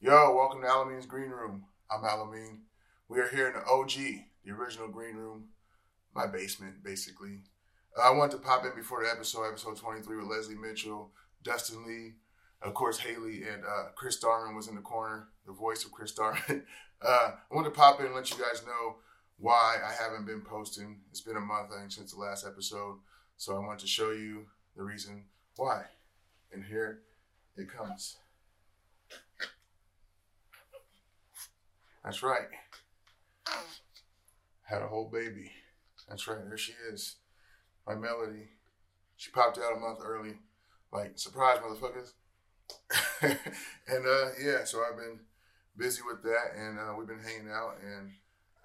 Yo, welcome to Alameen's Green Room. I'm Alameen. We are here in the OG, the original Green Room, my basement, basically. Uh, I wanted to pop in before the episode, episode 23, with Leslie Mitchell, Dustin Lee, of course, Haley, and uh, Chris Darman was in the corner, the voice of Chris Darman. Uh, I wanted to pop in and let you guys know why I haven't been posting. It's been a month, I think, since the last episode. So I wanted to show you the reason why. And here it comes. That's right. Had a whole baby. That's right. There she is. My Melody. She popped out a month early. Like, surprise, motherfuckers. and uh, yeah, so I've been busy with that and uh, we've been hanging out and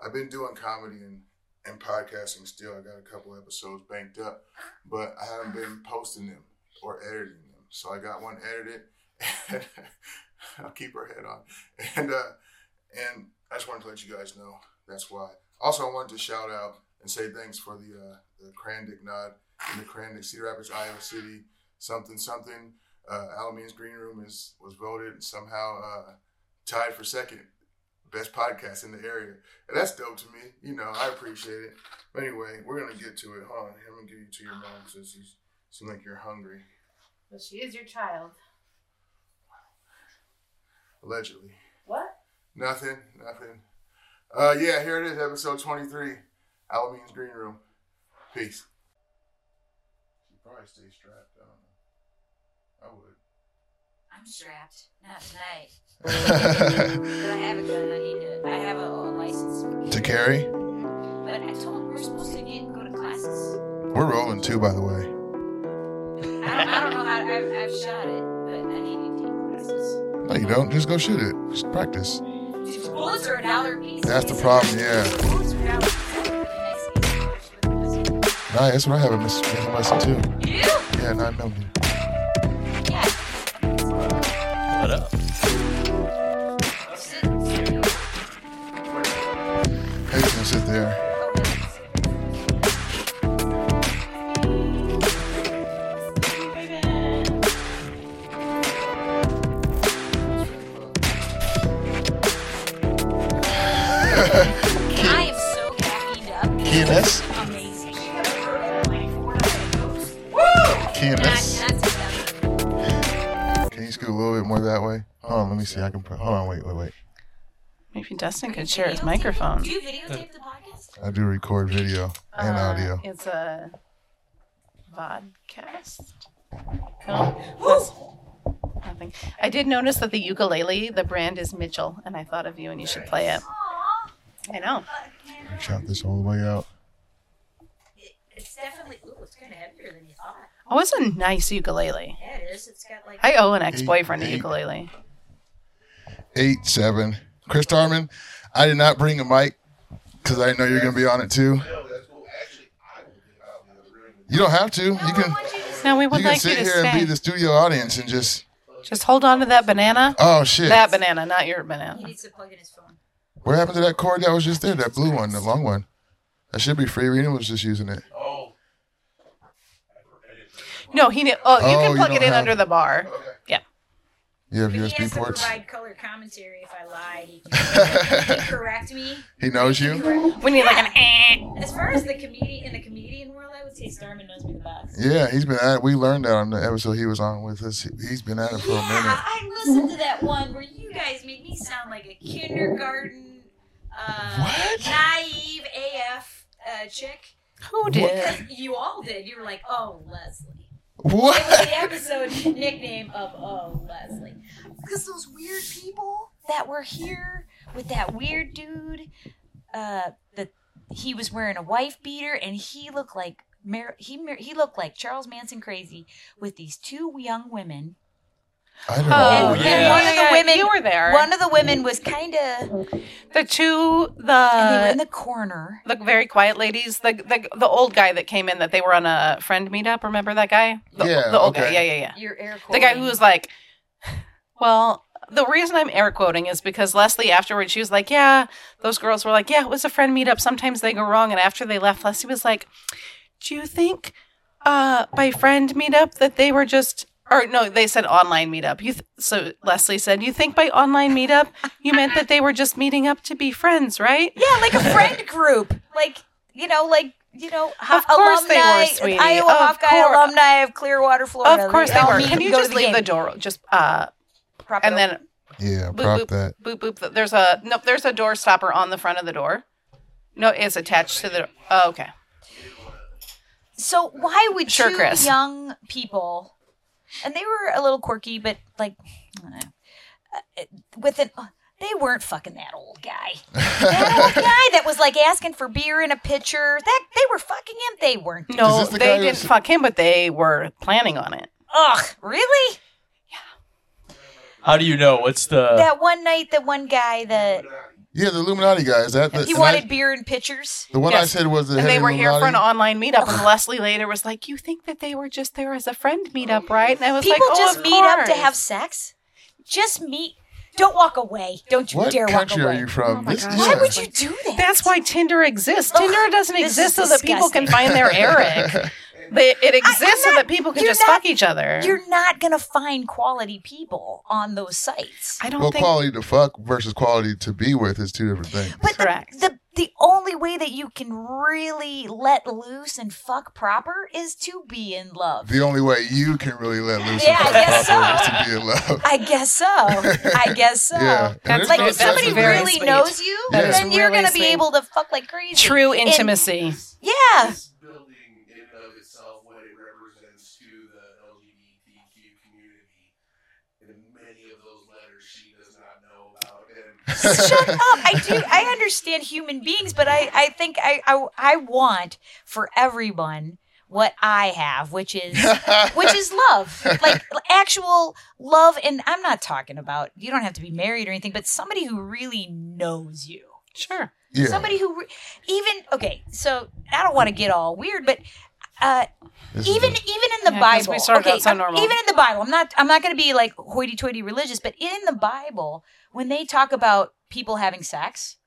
I've been doing comedy and, and podcasting still. I got a couple episodes banked up, but I haven't been posting them or editing them. So I got one edited and I'll keep her head on. And uh, and I just wanted to let you guys know that's why. Also, I wanted to shout out and say thanks for the uh, the Crandick nod and the Crandick Cedar Rapids, Iowa City, something something. Uh, Alameen's Green Room is was voted somehow uh, tied for second best podcast in the area, and that's dope to me. You know, I appreciate it. But anyway, we're gonna get to it. Hold on, I'm gonna give you to your mom since you seem like you're hungry, Well, she is your child. allegedly. What? Nothing, nothing. Uh, yeah, here it is, episode 23, Alameen's Green Room. Peace. She probably stays strapped. I don't know. I I'm strapped. Not tonight. would. But I have a gun. I need to. I have a, a license. to carry, But I told him we're supposed to get go to classes. we're rolling too, by the way. I don't, I don't know how. I've, I've shot it, but I need to take classes. No, you don't. Just go shoot it. Just practice. These bullets are a dollar a piece. That's the problem, yeah. Bullets are a dollar a piece. Nah, that's what I have in this in the lesson too. You? Yeah, nine millimeter. Yeah. What up? Sit- sit. He's gonna sit there. Oh, that's- I am so caffeined up. KMS, Amazing. KMS. Not- not together. Can you scoot a little bit more that way? Hold on, let me see. I can. Put, hold on, wait, wait, wait. Maybe Dustin could share his Videotape- microphone. Do you videotape the podcast? I do record video and Uh, audio. It's a vodcast. No, that's nothing. I did notice that the ukulele, the brand is Mitchell, and I thought of you and you should play it. Aw, I know. Chop this all the way out. it, it's definitely. Ooh, it's kind of heavier than you thought. Oh, it's a nice ukulele. Yeah, it is. It's got like. I owe an ex boyfriend a Eight, eight. ukulele. eight seven. Chris Darman, I did not bring a mic because I know you're gonna be on it too. You don't have to. You can No, we you would can like you sit to here and be stay. the studio audience and just Just hold on to that banana. oh shit. That banana, not your he banana. needs to plug in his phone. What happened to that cord that was just there? That blue one, the long one. That should be free. Rena was just using it. No, he. Ne- oh, you Oh, you can plug don't it in have- under the bar. You have But he has USB to ports. provide color commentary if I lie. He can, he can correct me. He knows you. Correct. We need like an. eh. As far as the comedian in the comedian world, I would say Starman knows me the best. Yeah, he's been at. it. We learned that on the episode he was on with us. He's been at it for a minute. I listened to that one where you guys made me sound like a kindergarten, uh, What? naive AF uh, chick. Who did? Because you all did. You were like, oh, Leslie. It was What? the episode nickname of Oh, Leslie. Because those weird people that were here with that weird dude, uh, that he was wearing a wife beater and he looked like. Mar- he mar- he looked like Charles Manson crazy with these two young women. I don't Oh, know. And- yeah. and one of the Yeah, women- You were there. One of the women was kind of The two, and they were in the the corner. the very quiet ladies, the the the old guy that came in that they were on a friend meetup. Remember that guy? The, Yeah, the old guy. okay. Yeah, yeah, yeah. Your air The guy who was like, well. The reason I'm air quoting is because Leslie afterwards she was like, "Yeah, those girls were like, yeah, it was a friend meetup. Sometimes they go wrong." And after they left, Leslie was like, "Do you think uh, by friend meetup that they were just or no, they said online meetup. You th- so Leslie said, "You think by online meetup you meant that they were just meeting up to be friends, right?" Yeah, like a friend group. Like, you know, like, you know, ho- Of course they were, alumni, sweetie. Iowa Of Hawkeye cour- alumni of Clearwater, Florida. of course they all were. meet Can and you go to just leave game. the door just uh Prop it and up. then Yeah, Boop, prop boop. that. boop boop there's a nope there's a door stopper on the front of the door. No, it's attached to the oh, okay. So why would Sure, two Chris. young people, and they were a little quirky, but like, I don't know, uh, with an they weren't fucking that old guy. That old guy that was like asking for beer in a pitcher. That they were fucking him. They weren't. No, this the guy they who didn't was- fuck him, but they were planning on it. Ugh, really? How do you know? What's Uh. the? that one night, the one guy that Yeah, the Illuminati guy. Is that the, he and wanted I- beer in pitchers. the one I Yes. said was the And head they of were here for an Illuminati? online meetup, and Leslie later was like, "You think that they were just there as a friend meetup, right?" And I was People like, "Oh, just of meet up to course." have sex. Just meet. Don't walk away. Don't you What dare country walk are away. you from? my This- gosh. yeah. Oh Why would you do that? That's why Tinder exists. Ugh, Tinder doesn't this exist so is that people can disgusting. find their Eric. They, it exists so not- that people can you're just not- fuck each other. You're not gonna find quality people on those sites. I don't Well, think quality to fuck versus quality to be with is two different things. But the, Correct. the the only way that you can really let loose and fuck proper is to be in love. The only way you can really let loose Yeah, and I fuck guess so. proper is to be in love. I guess so. I guess so. Yeah. And That's there's Like no if That's such somebody thing. very really sweet. knows you, That is then you're really gonna be sweet. able to fuck like crazy. true And- intimacy. yeah. This building in and of itself, what it represents to the LGBTQ community, and many of those letters she does not know about. And Shut up. I do I understand human beings, but I, I think I, I I want for everyone what I have, which is which is love like actual love and i'm not talking about you don't have to be married or anything but somebody who really knows you Sure. yeah. somebody who re- even okay so i don't want to get all weird but uh, This is even even it. in the Yeah, 'cause bible we started okay out so I'm- normal. even in the bible i'm not i'm not going to be like hoity-toity religious but in the bible when they talk about people having sex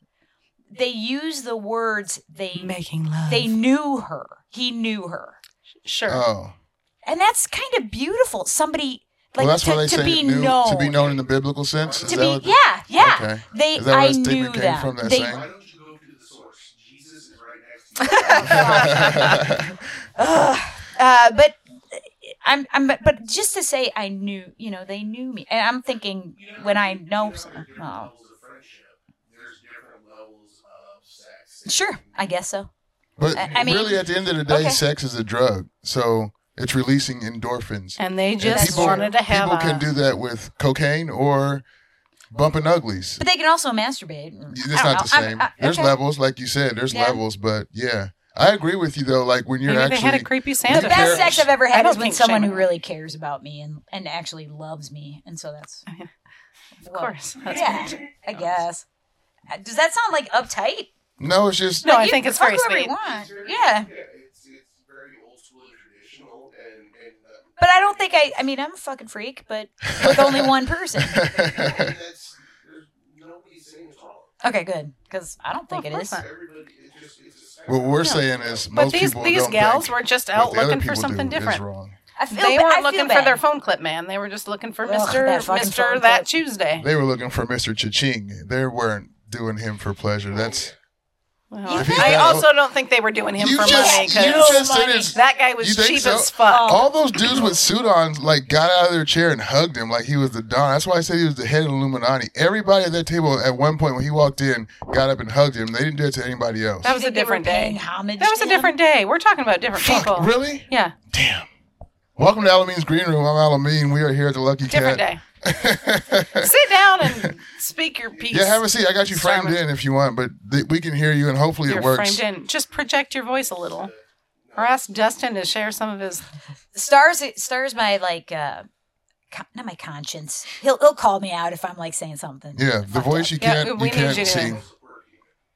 they use the words they Making love. they knew her he knew her sure. oh. and that's kind of beautiful. Somebody like well, that's to, why they to say be knew- known, to be known in the biblical sense. Is To that be- what the- yeah, yeah. Okay. They, Is that where I that knew statement came them. from, that they, saying? why don't you go to the source? Jesus is right next to you. Ugh. uh, but I'm, I'm, but just to say, I knew, you know, they knew me, and I'm thinking You when I you know, there's someone- different oh. levels of friendship. There's different levels of sex. sure, I guess so. But I- I mean- really, at the end of the day, Okay. sex is a drug. So it's releasing endorphins. and they And just people- wanted to have People a, can do that with cocaine or bumping uglies. But they can also masturbate. It's I don't not Oh, the know. I'm- same. uh, I- there's okay. levels, like you said. There's Yeah. levels, but yeah, I agree with you though. Like when you're Maybe they actually had a creepy you Santa. The care- best sex I've ever I had don't is when think someone shaming- who really cares about me and, and actually loves me, and so that's Oh, Of course. That's yeah, good. I guess. Uh, Does that sound like uptight? no, it's just No, I You think can it's fuck very whoever you sweet. want. It's very- Yeah. it's, it's very old school and traditional, and, and uh, But I don't think I. I mean, I'm a fucking freak, but with only one person. that's, there's nobody saying it's wrong. Okay, good, because I don't think Of it course is. not. Everybody, it's just, it's a spectrum. what we're saying is But most these people these don't gals think were just what out the other looking for people something do is different. wrong. I feel They ba- weren't I feel looking for their bad. phone clip, man. They were just looking for Ugh, Mister that fucking Mister phone That clip. Tuesday. They were looking for Mr. Cha-Ching. They weren't doing him for pleasure. That's Well, If he's I got- also don't think they were doing him You for just- money you because just said it's- that guy was you think cheap so? as fuck. Oh, all those dudes with suit on like got out of their chair and hugged him like he was the don. That's why I said he was the head of the Illuminati. Everybody at that table at one point when he walked in got up and hugged him. They didn't do it to anybody else. that was They a were different paying day. Homage That was to a him. different day. We're talking about different Fuck, people. really? Yeah, Damn. Welcome to Alameen's Green Room. I'm Alameen. We are here at the Lucky different Cat. day. Sit down and speak your piece. Yeah, have a seat. I got you framed Simon. in if you want, but th- we can hear you and hopefully You're it works. framed in. Just project your voice a little, or ask Dustin to share some of his. Stars. Stars. My like. uh con- not my conscience. He'll he'll call me out if I'm like saying something. Yeah, the fucked voice up. you Yeah, can't we you need can't you to- see.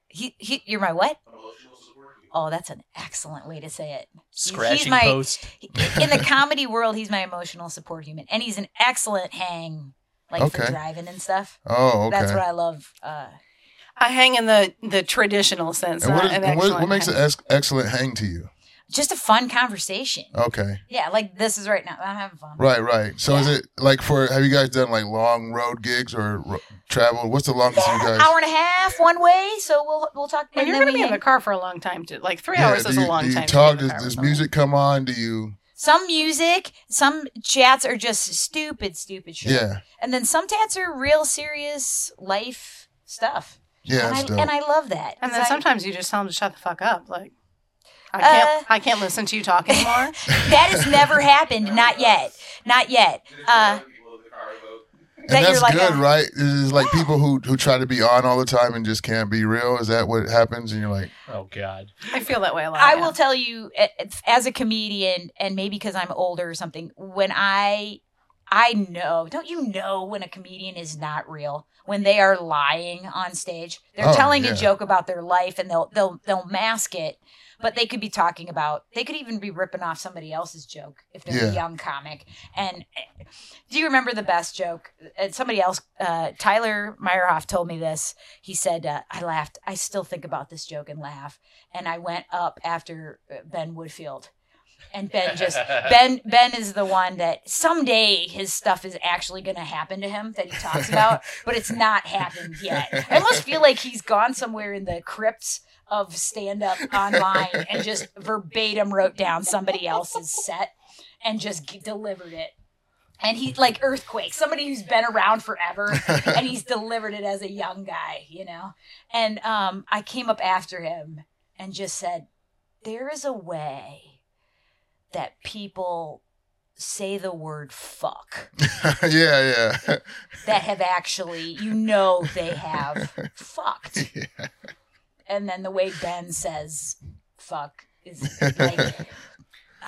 He, he, you're my what? Emotional support. Oh, that's an excellent way to say it. He's- he's Scratching my post. in the comedy world. He's my emotional support human, and he's an excellent hang, like Okay. for driving and stuff. Oh, okay. That's what I love. Uh, I hang in the the traditional sense, and what, not is, an and what, excellent what makes hang. an ex- excellent hang to you? just a fun conversation. Okay. Yeah, like this is right now. um, I'm having fun. Right, right. So is it like for have you guys done like long road gigs or ro- traveled? What's the longest you guys? Hour and a half one way, so we'll we'll talk. And and you're then going to we be in the hang- car for a long time. Too. Like three Yeah, hours do is you, a long do you time. to be Talk. in the Does, car does with music come on? Do you? some music, some chats are just stupid, stupid shit. Yeah, And then some chats are real serious life stuff. yeah. and, That's I, dope. and I love that. someone. And 'cause then I- sometimes you just tell them to shut the fuck up. Like, I can't. Uh, I can't listen to you talk anymore. that has never happened. Not yet. Not yet. Uh, And that that's you're like good, a- right? This is like people who who try to be on all the time and just can't be real. Is that what happens? And you're like, Oh God. I feel that way a lot. I yeah. will tell you, a- as a comedian, and maybe because I'm older or something, when I, I know, don't you know when a comedian is not real? When they are lying on stage, they're Oh, telling yeah. a joke about their life, and they'll they'll they'll mask it, but they could be talking about, they could even be ripping off somebody else's joke if they're Yeah. a young comic. And eh, do you remember the best joke? And somebody else, uh, Tyler Meyerhoff, told me this. He said, uh, "I laughed. I still think about this joke and laugh." and I went up after uh, Ben Woodfield. And Ben just Ben Ben is the one that someday his stuff is actually going to happen to him that he talks about, but it's not happened yet. I almost feel like he's gone somewhere in the crypts of stand up online and just verbatim wrote down somebody else's set and just g- delivered it. And he like earthquake, somebody who's been around forever and he's delivered it as a young guy, you know. And um I came up after him and just said, There is a way that people say the word fuck yeah, yeah. that have actually, you know, they have fucked. Yeah. And then the way Ben says fuck is like.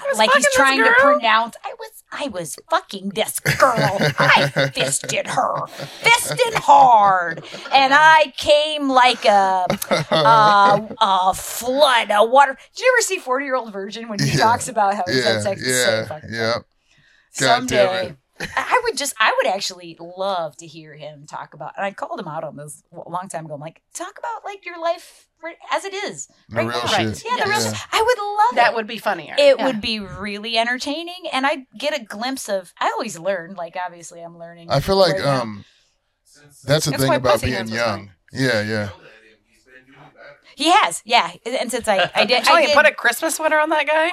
was Like he's fucking trying this to girl. pronounce, I was, I was fucking this girl. I fisted her, fisted hard, and I came like a uh, a flood, a water. Did you ever see Forty Year Old Virgin when he Yeah. talks about how he yeah, sounds like so yeah, fucking yeah. God damn someday? I I would just, I would actually love to hear him talk about. And I called him out on this a long time ago. I'm like, talk about like your life right- as it is, The right real now. shit. Yeah, the real Yeah. shit. I would love that it. would be funnier. It Yeah. would be really entertaining, and I get a glimpse of. I always learn. Like obviously, I'm learning. I feel like right now. um, that's the That's thing why about pussy being dance was young. Yeah, yeah. he has, yeah. And since I, I did, I'm telling I you, did put a Christmas sweater on that guy.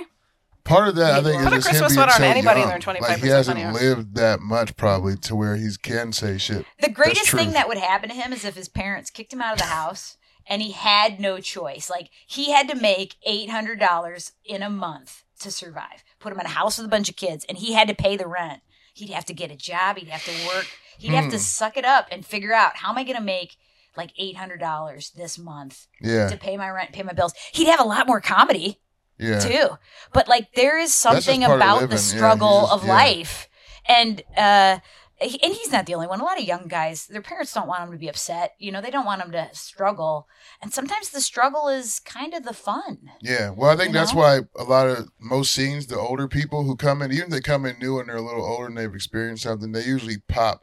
Part of that, I think, Put a is just him Christmas being sweater on so anybody and young. they're Like he 25% hasn't funnier. lived that much probably to where he can say shit. The greatest true. thing that would happen to him is if his parents kicked him out of the house and he had no choice. Like he had to make $800 in a month to survive. Put him in a house with a bunch of kids and he had to pay the rent. He'd have to get a job, he'd have to work, he'd have Hmm. to suck it up and figure out how am I going to make like $800 this month Yeah, to pay my rent, pay my bills. He'd have a lot more comedy yeah. too. But like there is That's just something part of about living. the Yeah, you struggle just- of yeah. life, and uh, he- and he's not the only one. A lot of young guys, their parents don't want them to be upset. You know, they don't want them to struggle, and sometimes the struggle is kind of the fun. Yeah, well, I think You that's know? why a lot of most scenes, the older people who come in, even if they come in new and they're a little older and they've experienced something, they usually pop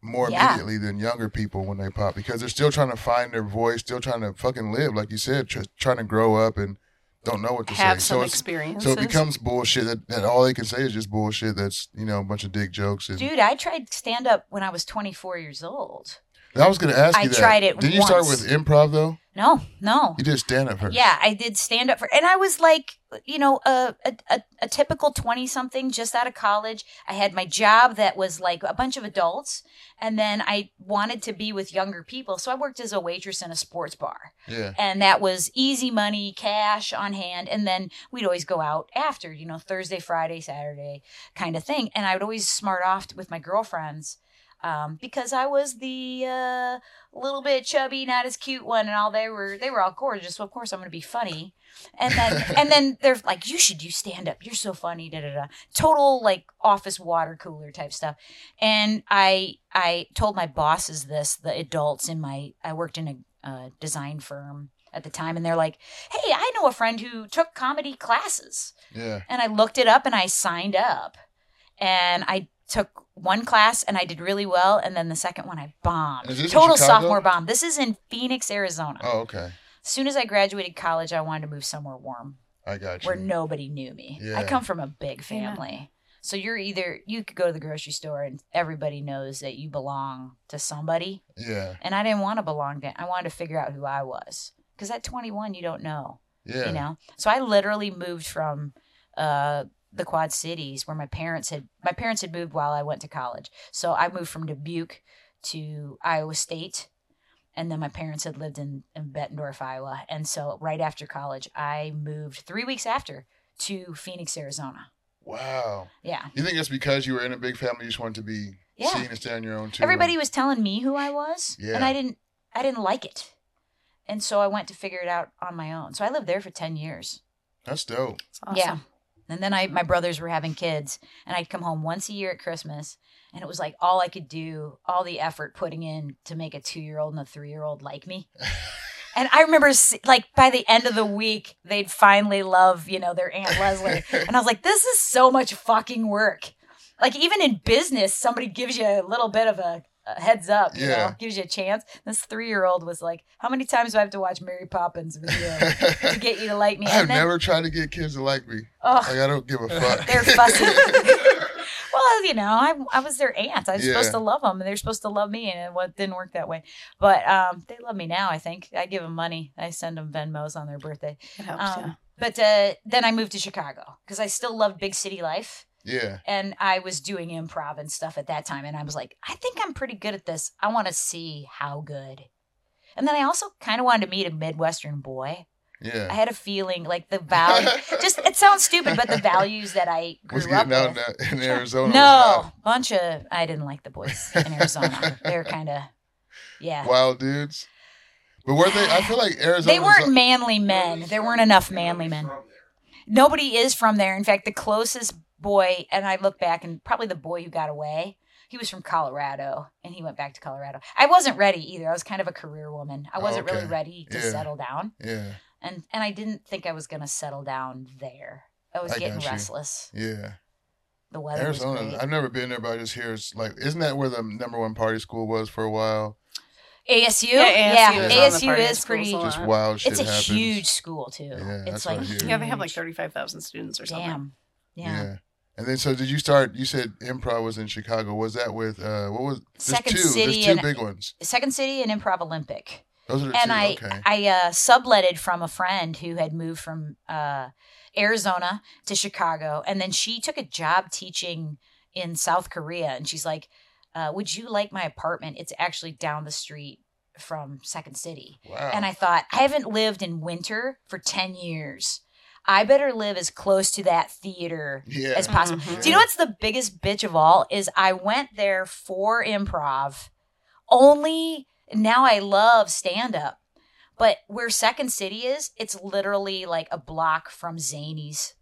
more Yeah. immediately than younger people when they pop because they're still trying to find their voice, still trying to fucking live, like you said, tr- trying to grow up and don't know what to Have say. some so, it's, experiences. so it becomes bullshit that, that all they can say is just bullshit. That's you know a bunch of dick jokes. And Dude, I tried stand up when I was 24 years old. I was gonna ask I you that. tried it Did you start once. with improv though? No, no. You did stand up first. Yeah, I did stand up for, and I was like, you know, a a, a, a typical twenty something just out of college. I had my job that was like a bunch of adults, and then I wanted to be with younger people, so I worked as a waitress in a sports bar, yeah, and that was easy money, cash on hand, and then we'd always go out after, you know, Thursday, Friday, Saturday, kind of thing, and I would always smart off with my girlfriends. Um, because I was the uh, little bit chubby, not as cute one, and all they were they were all gorgeous. So of course I'm going to be funny, and then and then they're like, "You should do stand up. You're so funny." Da da da. Total like office water cooler type stuff. And I I told my bosses this, the adults in my I worked in a uh, design firm at the time, and they're like, "Hey, I know a friend who took comedy classes." yeah. and I looked it up and I signed up. And I took one class and I did really well. And then the second one I bombed. Is this in Total Chicago? sophomore bomb. This is in Phoenix, Arizona. Oh, okay. As soon as I graduated college, I wanted to move somewhere warm. I got you. where nobody knew me. I Yeah. come from a big Yeah. family. So you're either you could go to the grocery store and everybody knows that you belong to somebody. yeah, And I didn't want to belong to I wanted to figure out who I was. Because at 21 you don't know. yeah. You know? So I literally moved from uh the Quad Cities where my parents had my parents had moved while I went to college. So I moved from Dubuque to Iowa State. And then my parents had lived in, in Bettendorf, Iowa. And so right after college, I moved three weeks after to Phoenix, Arizona. Wow. Yeah. You think it's because you were in a big family, you just wanted to be Yeah. seen and stand on your own too? Everybody was telling me who I was, and Yeah. I didn't I didn't like it. And so I went to figure it out on my own. So I lived there for 10 years. That's dope. It's awesome. Yeah. And then I my brothers were having kids and I'd come home once a year at Christmas and it was like all I could do, all the effort putting in to make a 2-year-old and a 3-year-old like me. And I remember, s- like, by the end of the week, they'd finally love, you know, their Aunt Leslie. And I was like, this is so much fucking work. Like, even in business, somebody gives you a little bit of a, a heads up, you Yeah. know, gives you a chance. This three year old was like, how many times do I have to watch Mary Poppins with you to I've get you to like me? And then, never tried to get kids to like me. oh, Like I don't give a fuck. they're fussy. well, you know, I, I was their aunt. I was Yeah. supposed to love them, and they're supposed to love me, and it wa- didn't work that way. But um, they love me now. I think I give them money. I send them Venmos on their birthday. It helps, yeah. Um, but uh, then I moved to Chicago because I still loved big city life, yeah. and I was doing improv and stuff at that time. And I was like, I think I'm pretty good at this. I want to see how good. And then I also kind of wanted to meet a Midwestern boy. I Yeah. had a feeling like the value. just it sounds stupid, but the values that I grew was up getting out in, with. that- in Arizona. was No, bunch of I didn't like the boys in Arizona. They're kind of yeah. not Wild dudes. But were they? I feel like Arizona. They weren't manly men. There weren't enough manly men. Nobody is from there. In fact, the closest boy, and I look back and probably the boy who got away, he was from Colorado and he went back to Colorado. I wasn't ready either. I was kind of a career woman. I wasn't really Okay. ready to Yeah. settle down. Yeah. And and I didn't think I was going to settle down there. I was I getting got you. restless. Yeah. The weather was Arizona. great. I've never been there, but I just hear it's like, isn't that where the number one party school was for a while? ASU? Yeah, ASU Yeah, is on the ASU party is school, pretty so Just Wow. wild shit It's a happens. huge school too. Yeah, it's that's what like I hear. Yeah, they have like huge. 35,000 students or something. Damn. Yeah. And then, so did you start? You said improv was in Chicago. Was that with uh, what was there's Second two, City There's two and- big ones. Second City and Improv Olympic. Those are the And two. I okay. I uh, subletted from a friend who had moved from uh, Arizona to Chicago, and then she took a job teaching in South Korea, and she's like, uh, "Would you like my apartment? It's actually down the street from Second City." wow. And I thought, I haven't lived in winter for ten years. I better live as close to that theater yeah. as possible. Mhm. Do you know what's the biggest bitch of all? Is I went there for improv only. Now I love stand up, but where Second City is, it's literally like a block from Zanies.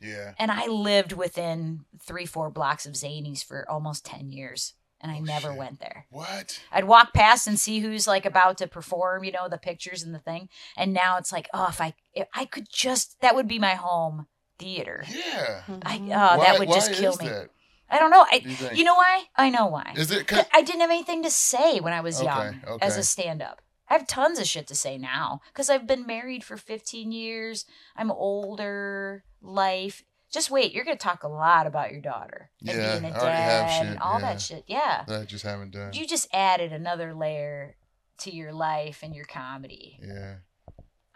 yeah. And I lived within three, four blocks of Zanies for almost 10 years, and I Oh, never shit. went there. What? I'd walk past and see who's like about to perform, you know, the pictures and the thing. And now it's like, oh, if I, if I could just, that would be my home theater. Yeah. I, Mm-hmm. oh, Why- that would just why kill is me. That? I don't know. I, Do you think? you know why? I know why. is it? 'Cause Cause, I didn't have anything to say when I was Okay, young okay. as a stand up. I have tons of shit to say now because I've been married for 15 years. I'm older, life. Just wait, you're going to talk a lot about your daughter and Yeah, being a I already have dad shit, and all yeah. that shit. Yeah. that I just haven't done. You just added another layer to your life and your comedy. yeah.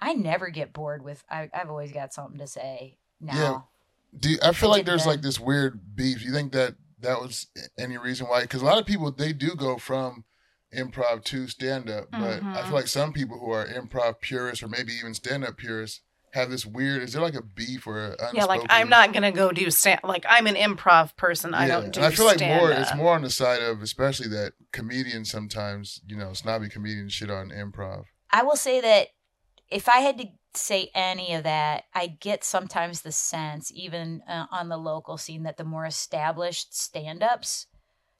I never get bored with, I, I've always got something to say now. Yeah. Do you, I feel like did there's that. like this weird beef. You think that that was any reason why? Because a lot of people they do go from improv to stand up, but I Mhm. feel like some people who are improv purists or maybe even stand up purists have this weird. Is there like a beef or a Yeah, like unspoken- I'm not gonna go do stand. Like I'm an improv person. I Yeah, don't do. and I feel like more. stand-up. It's more on the side of especially that comedians sometimes you know snobby comedians shit on improv. I will say that if I had to say any of that, I get sometimes the sense, even uh, on the local scene, that the more established stand ups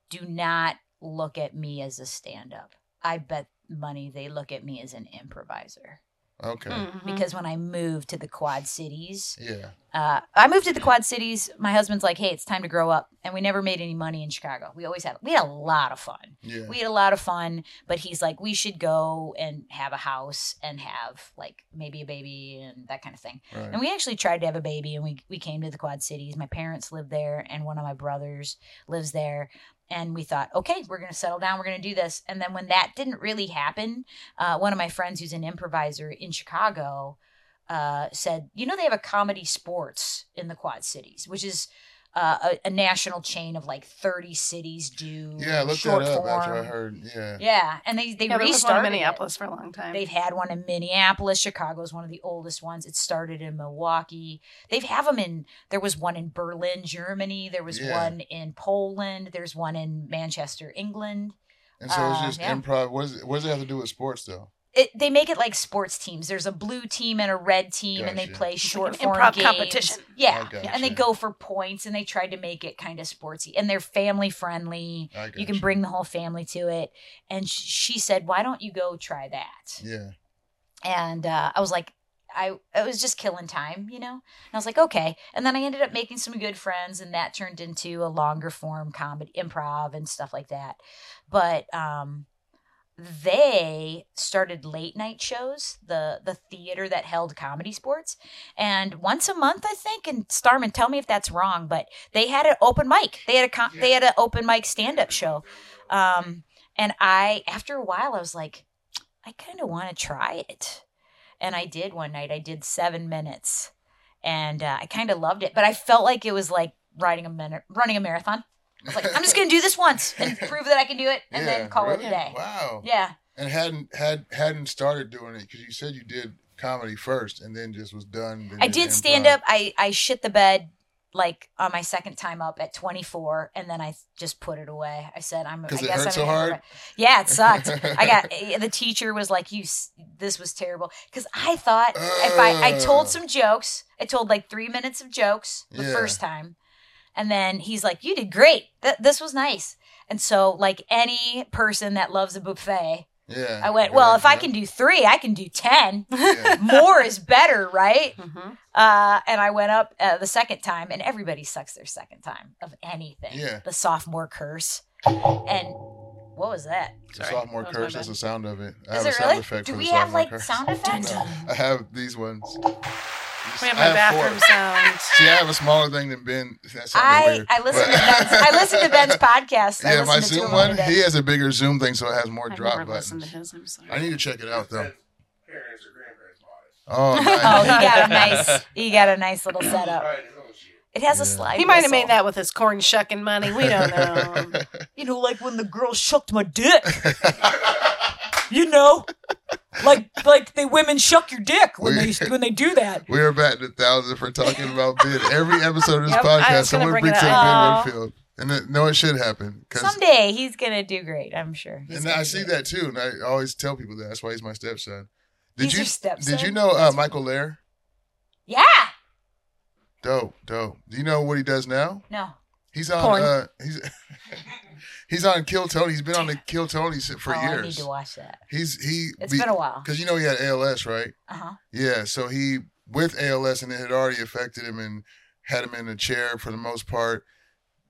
do not look at me as a stand up. I bet money they look at me as an improviser. Okay. Mhm. because when I moved to the Quad Cities, Yeah. uh, I moved to the Quad Cities. My husband's like, "Hey, it's time to grow up," and we never made any money in Chicago. We always had we had a lot of fun. Yeah. We had a lot of fun, but he's like, "We should go and have a house and have like maybe a baby and that kind of thing." Right. And we actually tried to have a baby, and we we came to the Quad Cities. My parents live there, and one of my brothers lives there. And we thought, okay, we're gonna settle down, we're gonna do this. And then when that didn't really happen, uh, one of my friends who's an improviser in Chicago uh, said, you know, they have a comedy sports in the Quad Cities, which is. Uh, a, a national chain of like 30 cities do Yeah, I looked short that up after I form. heard. Yeah. yeah and they they Yeah, there was one in restarted it. Minneapolis for a long time. They've had one in Minneapolis. Chicago's one of the oldest ones. It started in Milwaukee. They've have them in. There was one in Berlin, Germany. There was Yeah. one in Poland. There's one in Manchester, England. And so it's Uh, just yeah. improv. What, is it, what does it have to do with sports though? It, they make it like sports teams. There's a blue team and a red team, and they Gotcha. play short an form improv games. competition. Yeah, I and they gotcha. go for points, and they tried to make it kind of sportsy, and they're family friendly. I You can gotcha. bring the whole family to it. And sh- she said, "Why don't you go try that?" Yeah. and uh, I was like, I it was just killing time, you know. And I was like, okay. And then I ended up making some good friends, and that turned into a longer form comedy, improv, and stuff like that. But um, they started late night shows, the the theater that held comedy sports, and once a month, I think. And Starman, tell me if that's wrong, but they had an open mic. They had a com- they had an open mic stand up show um and i after a while i was like i kind of want to try it and i did one night i did seven minutes and uh, i kind of loved it but i felt like it was like riding a minute running a marathon I was like i'm just gonna do this once and prove that i can do it and Yeah, then call it really? a day Wow. yeah And hadn't had hadn't started doing it because you said you did comedy first and then just was done. then i did did stand improv. up i i shit the bed like on my second time up at 24 and then i just put it away i said i'm I 'Cause it guess hurt I'm so an hard? introvert. yeah it sucked I got eh, the teacher was like, "You, s- this was terrible." Because I thought if I, I Ugh. told some jokes, I told like three minutes of jokes the Mm. Yeah. first time, and then he's like, "You did great. Th- this was nice." And so, like any person that loves a buffet, Yeah. I went, You're "Well, like, if I "Yep." can do three, I can do ten. Yeah. More is better, right?" Mhm. Uh, and I went up uh, the second time, and everybody sucks their second time of anything. Yeah. The sophomore curse, and what was that? It's a Sorry, sophomore that was my curse. bad. That's the sound of it. I Is have a it sound really? effect Do for we the have sophomore like curse. sound effects? No, I have these ones. We have I my bathroom four. sound. See, I have a smaller thing than Ben. That sounded I, weird. I listen to But- Ben's I listen to Ben's podcast. I Yeah, listen my to two of Zoom them one, today. he has a bigger Zoom thing, so it has more I've drop never listened buttons. to his. I'm sorry. I need to check it out though. Parents or grandparents bought it. Oh, nice. Oh, he got a nice he got a nice little setup. Right, his own It shit. has Yeah. a slide. He might have whistle. made that with his corn shucking money. We don't know. You know, like when the girl shucked my dick. you know, like like the women shuck your dick when they when they do that. we are back to thousands for talking about Ben. Every episode of this Yep, I was podcast, gonna someone bring brings it up Ben up. Oh. Winfield, and that, no, it should happen because. Someday he's gonna do great. I'm sure. He's And gonna I do see great. that too, and I always tell people that. That's why he's my stepson. Did He's you your stepson? Did you know uh, Michael Lair? Yeah. Dope, dope. Do you know what he does now? No. He's on. Porn. Uh, he's he's on Kill Tony. He's been on the Kill Tony s- for oh, years. I need to watch that. He's he. It's been a while. Because you know he had ALS, right? Uh huh. Yeah. So he with ALS and it had already affected him and had him in a chair for the most part.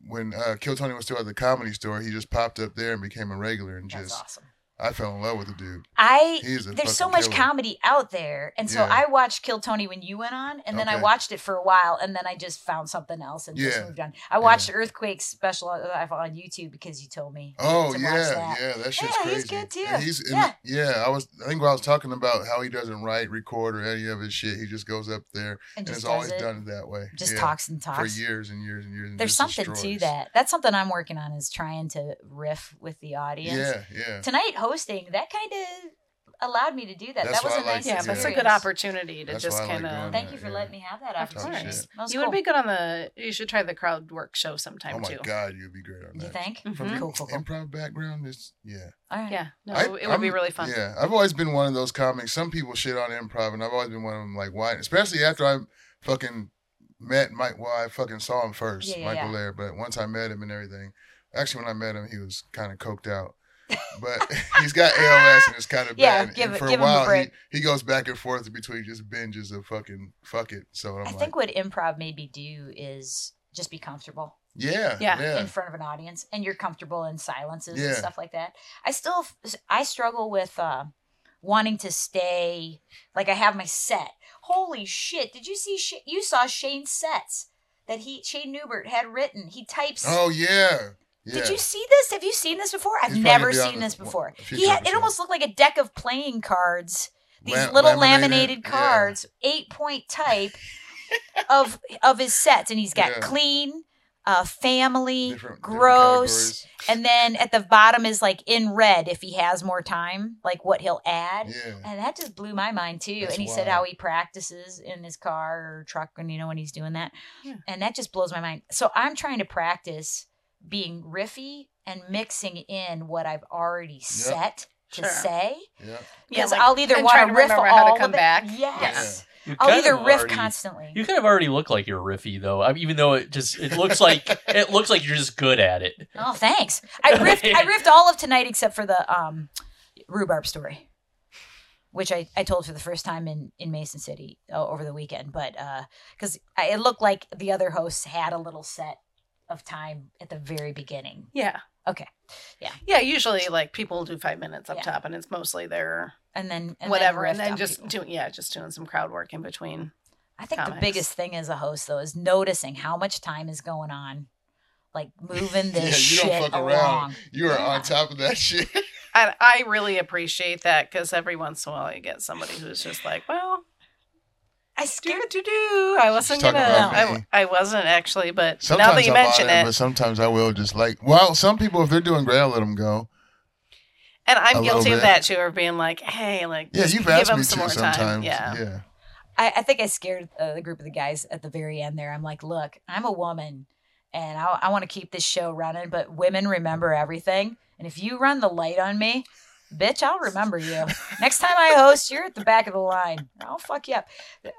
When uh, Kill Tony was still at the comedy store, he just popped up there and became a regular. And That's just awesome. I fell in love with the dude. I He's a there's so fucking much killer. comedy out there and so Yeah. i watched kill tony when you went on and then i Okay. watched it for a while and then i just found something else and just Yeah. moved on i watched earthquake's special live on youtube because you told me Oh to watch yeah, that. yeah, that shit's Yeah, crazy. he's good, too. And he's and- Yeah. yeah. I was I think while I was talking about how he doesn't write, record, or any of his shit, he just goes up there and and, just it's does always it done it that way. just Yeah. talks and for talks years and years and years. And there's just something destroys. to that that's something i'm working on is trying to riff with the audience Yeah, yeah. tonight hosting that kind of allowed me to do that That's that was why a I like nice yeah, but it's a experience. good opportunity to That's just why I like kind doing of. that. thank you for Yeah. letting me have that Of opportunity course. That was You cool. would be good on the. You should try the crowd work show sometime Oh my too. god, you'd be great on you that. think From Mhm. the Cool, cool, cool. improv background, it's yeah. all right Yeah, no, I- it would be I'm- really fun. Yeah, I've always been one of those comics. Some people shit on improv, and I've always been one of them. Like why? Especially after I fucking met Mike. Well, I fucking saw him first, Yeah, yeah, Michael yeah. Lair. But once I met him and everything, actually when I met him, he was kind of coked out. but he's got ALS and it's kind of Yeah, bad. give and it- for give a him a while, break. He, he goes back and forth between just binges of fucking fuck it. So I'm I like, think what improv made me do is just be comfortable yeah, Yeah. yeah, in front of an audience, and you're comfortable in silences Yeah. and stuff like that. I still f- I struggle with uh, wanting to stay. Like I have my set. Holy shit! Did you see? Sh- you saw Shane's sets that he Shane Newbert had written. He types. Oh yeah, yeah. Did you see this? Have you seen this before? I've He's probably never gonna be on seen this this one- before. a future He had, it episode. almost looked like a deck of playing cards. These La- little laminated, yeah. cards, eight point type of of his sets, and he's got Yeah. clean, uh, family, Different- different gross, categories. and then at the bottom is like in red if he has more time, like what he'll add. Yeah, And that just blew my mind too. That's and he said wild. how he practices in his car or truck, and you know when he's doing that, Yeah. and that just blows my mind. So I'm trying to practice being riffy and mixing in what I've already set to Sure. say yeah. Yeah, because like, I'll either and want try to riff remember all how to of come it- back. Yes, You I'll kind either of riff already- constantly. You kind of already look like you're riffy though, I mean, even though it just it looks like it looks like you're just good at it. oh, thanks. I riffed. I riffed all of tonight except for the um, rhubarb story, which I, I told for the first time in in Mason City uh, over the weekend. But because I it looked like the other hosts had a little set of time at the very beginning. yeah. Okay. Yeah. Yeah. Usually, like people do five minutes up Yeah. top, and it's mostly their and then and whatever, and riffed then on just people. doing yeah, just doing some crowd work in between. I think the comics. biggest thing as a host though is noticing how much time is going on, like moving this yeah, you shit don't fuck along. around. You are Yeah. on top of that shit. I I really appreciate that because every once in a while I get somebody who's just like, well, I do scared. do do. I wasn't She's gonna. talking about I, me. I wasn't actually, but Sometimes now that you I'll mention bother them, it, but sometimes I will just like. Well, some people if they're doing great, I'll let them go. and a I'm little guilty of bit. that too, of being like, hey, like Yeah, just you've give asked them me some to more sometimes. time. Yeah. Yeah. I, I think I scared uh, the group of the guys at the very end there. I'm like, look, I'm a woman, and I, I want to keep this show running, but women remember everything, and if you run the light on me. Bitch, I'll remember you. Next time I host, you're at the back of the line. I'll fuck you up.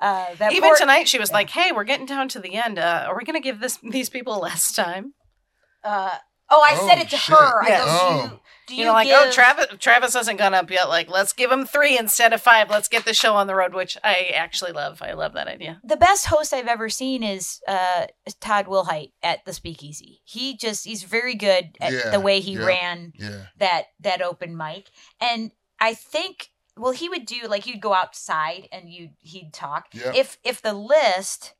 Uh, that Even poor- tonight, she was Yeah. like, "Hey, we're getting down to the end. Uh, are we going to give this these people less time?" Uh, oh, I said Oh, it to shit. her. I Yeah. go, Oh. do you, do You you know, like, give- oh, Travis, Travis hasn't gone up yet. Like, let's give him three instead of five. Let's get the show on the road, which I actually love. I love that idea. the best host I've ever seen is uh, Todd Wilhite at the Speakeasy. He just he's very good at Yeah, the way he yeah. ran Yeah, that that open mic, and I think well he would do like you'd go outside and you he'd talk. yeah, If if the list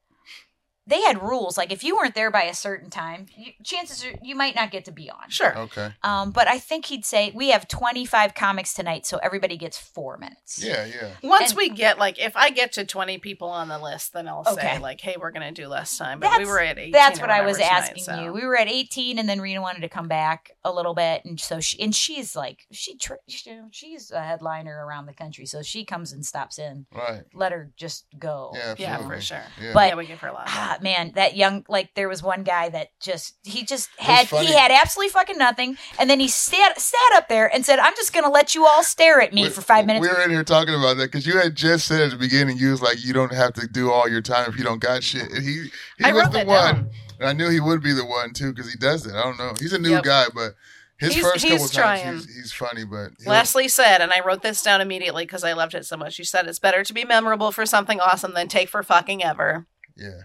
they had rules like if you weren't there by a certain time, you, chances are you might not get to be on. Sure. yeah. Okay. Um, but I think he'd say we have twenty five comics tonight, so everybody gets four minutes. Yeah, yeah. Once And- we get like, if I get to twenty people on the list, then I'll Okay. say like, "Hey, we're going to do less time." But we That's- were at eighteen. That's or what I was whatever tonight, asking so- you. We were at 18, and then Rena wanted to come back a little bit, and so she and she's like she tr- she- she's a headliner around the country, so she comes and stops in. Right. Let her just go. Yeah. yeah, absolutely. for sure. Yeah. But- yeah, we give her a lot. more. Ah man, that young like there was one guy that just he just was had he funny. had absolutely fucking nothing, and then he sat sat up there and said, "I'm just gonna let you all stare at me We- for five minutes." We were in here talking about that because you had just said at the beginning you was like you don't have to do all your time if you don't got shit. And he he I was wrote the that one, down. and I knew he would be the one too because he does it. I don't know. He's a new Yep. guy, but his He's- first he's couple trying. times he's, he's funny, but he'll- Leslie said, and I wrote this down immediately because I loved it so much. She said, "It's better to be memorable for something awesome than take for fucking ever." yeah.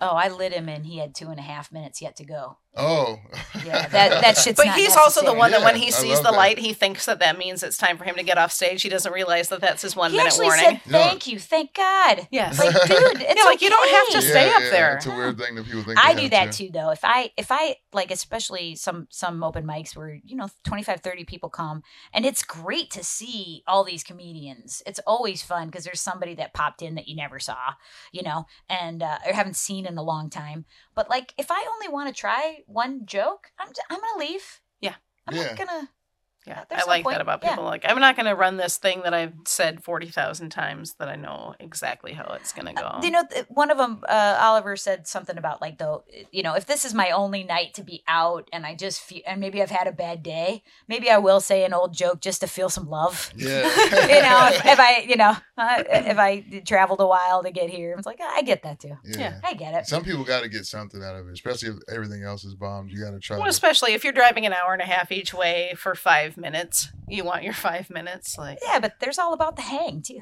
oh, I lit him, and he had two and a half minutes yet to go. Oh, Yeah, that that shit's. but not he's also the necessary. one that when Yeah, he I sees love the that. light, he thinks that that means it's time for him to get off stage. He doesn't realize that that's his one he minute actually warning. said, Yeah. "Thank you, thank God." yes. Like, dude, it's Yeah, like, you don't have to okay. Just stay up there. It's a weird thing that people think. I they do have that to. too though. If I if I like especially some some open mics where you know 25 30 people come and it's great to see all these comedians. It's always fun because there's somebody that popped in that you never saw, you know, and uh, or haven't seen in a long time. But like if I only want to try one joke, I'm j- I'm going to leave. Yeah. I'm Yeah. not going to yeah, there's I no like point. that about Yeah. people. Like, I'm not going to run this thing that I've said 40,000 times that I know exactly how it's going to go. Uh, You know, th- one of them, uh, Oliver said something about like though, you know, if this is my only night to be out, and I just feel, and maybe I've had a bad day, maybe I will say an old joke just to feel some love. Yeah. You know, if, if I, you know, uh, if I traveled a while to get here, it's like I get that too. yeah. I get it. Some people got to get something out of it, especially if everything else is bombed. You got to try. Well, to- especially if you're driving an hour and a half each way for five five minutes. You want your five minutes, like Yeah, but there's all about the hang too.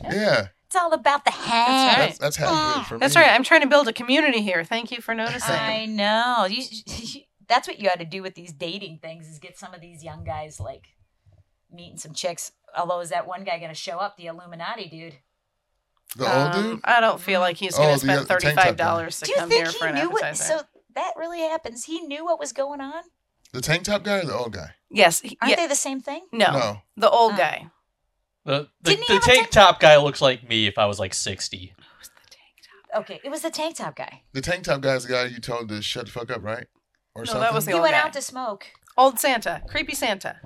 Yeah, It's all about the hang. that's that's how good for me. that's right. I'm trying to build a community here. Thank you for noticing. I know. You, you, that's what you ought to do with these dating things is get some of these young guys like meeting some chicks. Although is that one guy going to show up? The Illuminati dude. The Um, old dude. I don't feel like he's Oh, going the to spend other- the tank top guy. thirty-five dollars to do you come think here for he an knew what? appetizer. So that really happens. He knew what was going on. The tank top guy or the old guy? yes, he- Aren't yeah, they the same thing? no, No. the old Oh. guy. The, the, Didn't he the have a tank tank top guy looks like me if I was like 60. Okay, it was the tank top guy. The tank top guy is the guy you told to shut the fuck up, right? Or No, that was the he old went guy. out to smoke. Old Santa, creepy Santa,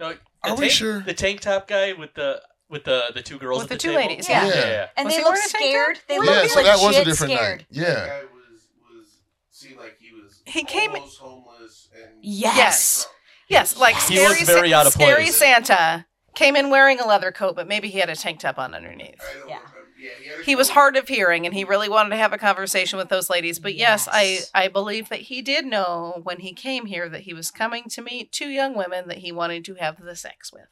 No, the Are we tank- sure? The tank top guy with the with the, the two girls With at the two table? ladies, Yeah. Yeah. yeah. And Was they he looked wearing a tank scared. top? They Yeah, looked Yeah, so that was a legit different scared. night. Yeah. That guy was was seemed like he was He came- almost homeless and Yes. yes, like He scary, looked very Sa- out of scary place. Santa came in wearing a leather coat, but maybe he had a tank top on underneath. I don't Yeah. remember. Yeah, he, had a He was coat. hard of hearing, and he really wanted to have a conversation with those ladies. But yes, Yes. I I believe that he did know when he came here that he was coming to meet two young women that he wanted to have the sex with.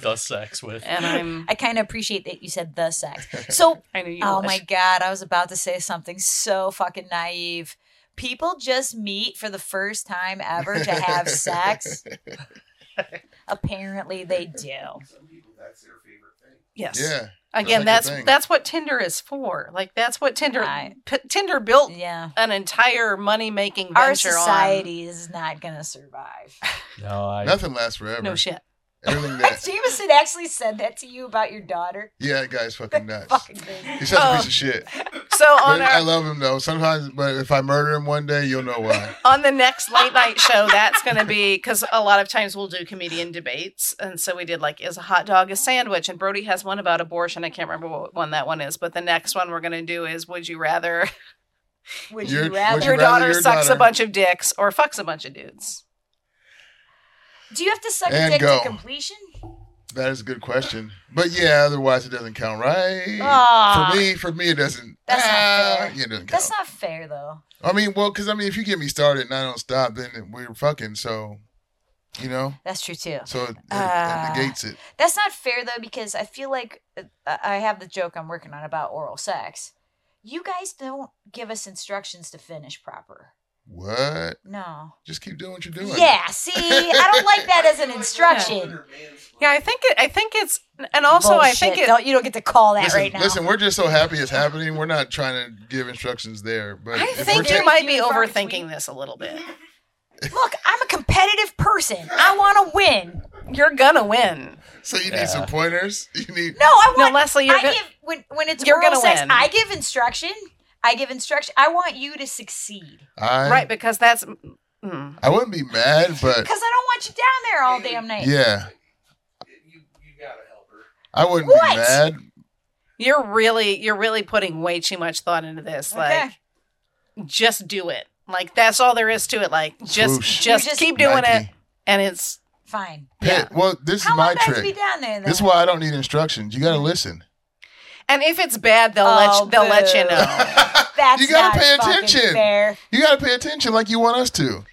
the sex with. And I'm I kind of appreciate that you said the sex. So I knew you. Oh would. my god, I was about to say something so fucking naive. People just meet for the first time ever to have sex. Apparently they do. Some people that's their favorite thing. Yes. Yeah. Again, That's that's a good thing. that's, what Tinder is for. Like that's what Tinder I- P- Tinder built Yeah. an entire money making venture Our society is not going to survive. No, I, Nothing lasts forever. on. No shit. Everything that. Jameson actually said that to you about your daughter. Yeah, that guy's fucking nuts. Fucking crazy. He's such a Oh. piece of shit. So But on I our, love him though. Sometimes, but if I murder him one day, you'll know why. on the next late night show, that's going to be because a lot of times we'll do comedian debates, and so we did like is a hot dog a sandwich, and Brody has one about abortion. I can't remember what one that one is, but the next one we're going to do is would you rather Would You're- you would rather? you your daughter your sucks daughter- a bunch of dicks or fucks a bunch of dudes? Do you have to suck a And dick go. to completion? That is a good question. But yeah, otherwise it doesn't count, right? Aw. for me, for me, it doesn't. That's not ah, fair. yeah, it doesn't count. That's not fair though. I mean, well, because I mean, if you get me started and I don't stop, then we're fucking. So, you know, That's true too. so it, it, Uh, it negates it. That's not fair though, because I feel like uh, I have the joke I'm working on about oral sex. You guys don't give us instructions to finish proper. What? No. Just keep doing what you're doing. Yeah. See, I don't like that as an instruction. Under mansplaining. Yeah, I think it, I think it's, and also I think Bullshit. it don't you don't get to call that Listen, right now. listen, we're just so happy it's happening. We're not trying to give instructions there, but I if we're think ta- you might be few and far overthinking between. this a little bit. Look, I'm a competitive person. I want to win. You're gonna win. so you Yeah. need some pointers. You need No, I No, want. Leslie, you're I gonna. give when when it's You're oral gonna sex. win. I give instruction. I give instruction. I want you to succeed I, Right, because that's. Mm. I wouldn't be mad, but because I don't want you down there all damn night. yeah, You you gotta help her. I wouldn't What? be mad. You're really, you're really putting way too much thought into this. Okay. Like, just do it. Like that's all there is to it. Like just, Swoosh. just, You're just- keep doing Nike. it, and it's Fine. Hey, yeah. well, this How is my long do I have to trick. be down there? Then? This is why I don't need instructions. You got to listen. And if it's bad, they'll let Oh, you, they'll let you boo. know. That's You gotta not pay fucking attention. Fair. You got to pay attention like you want us to.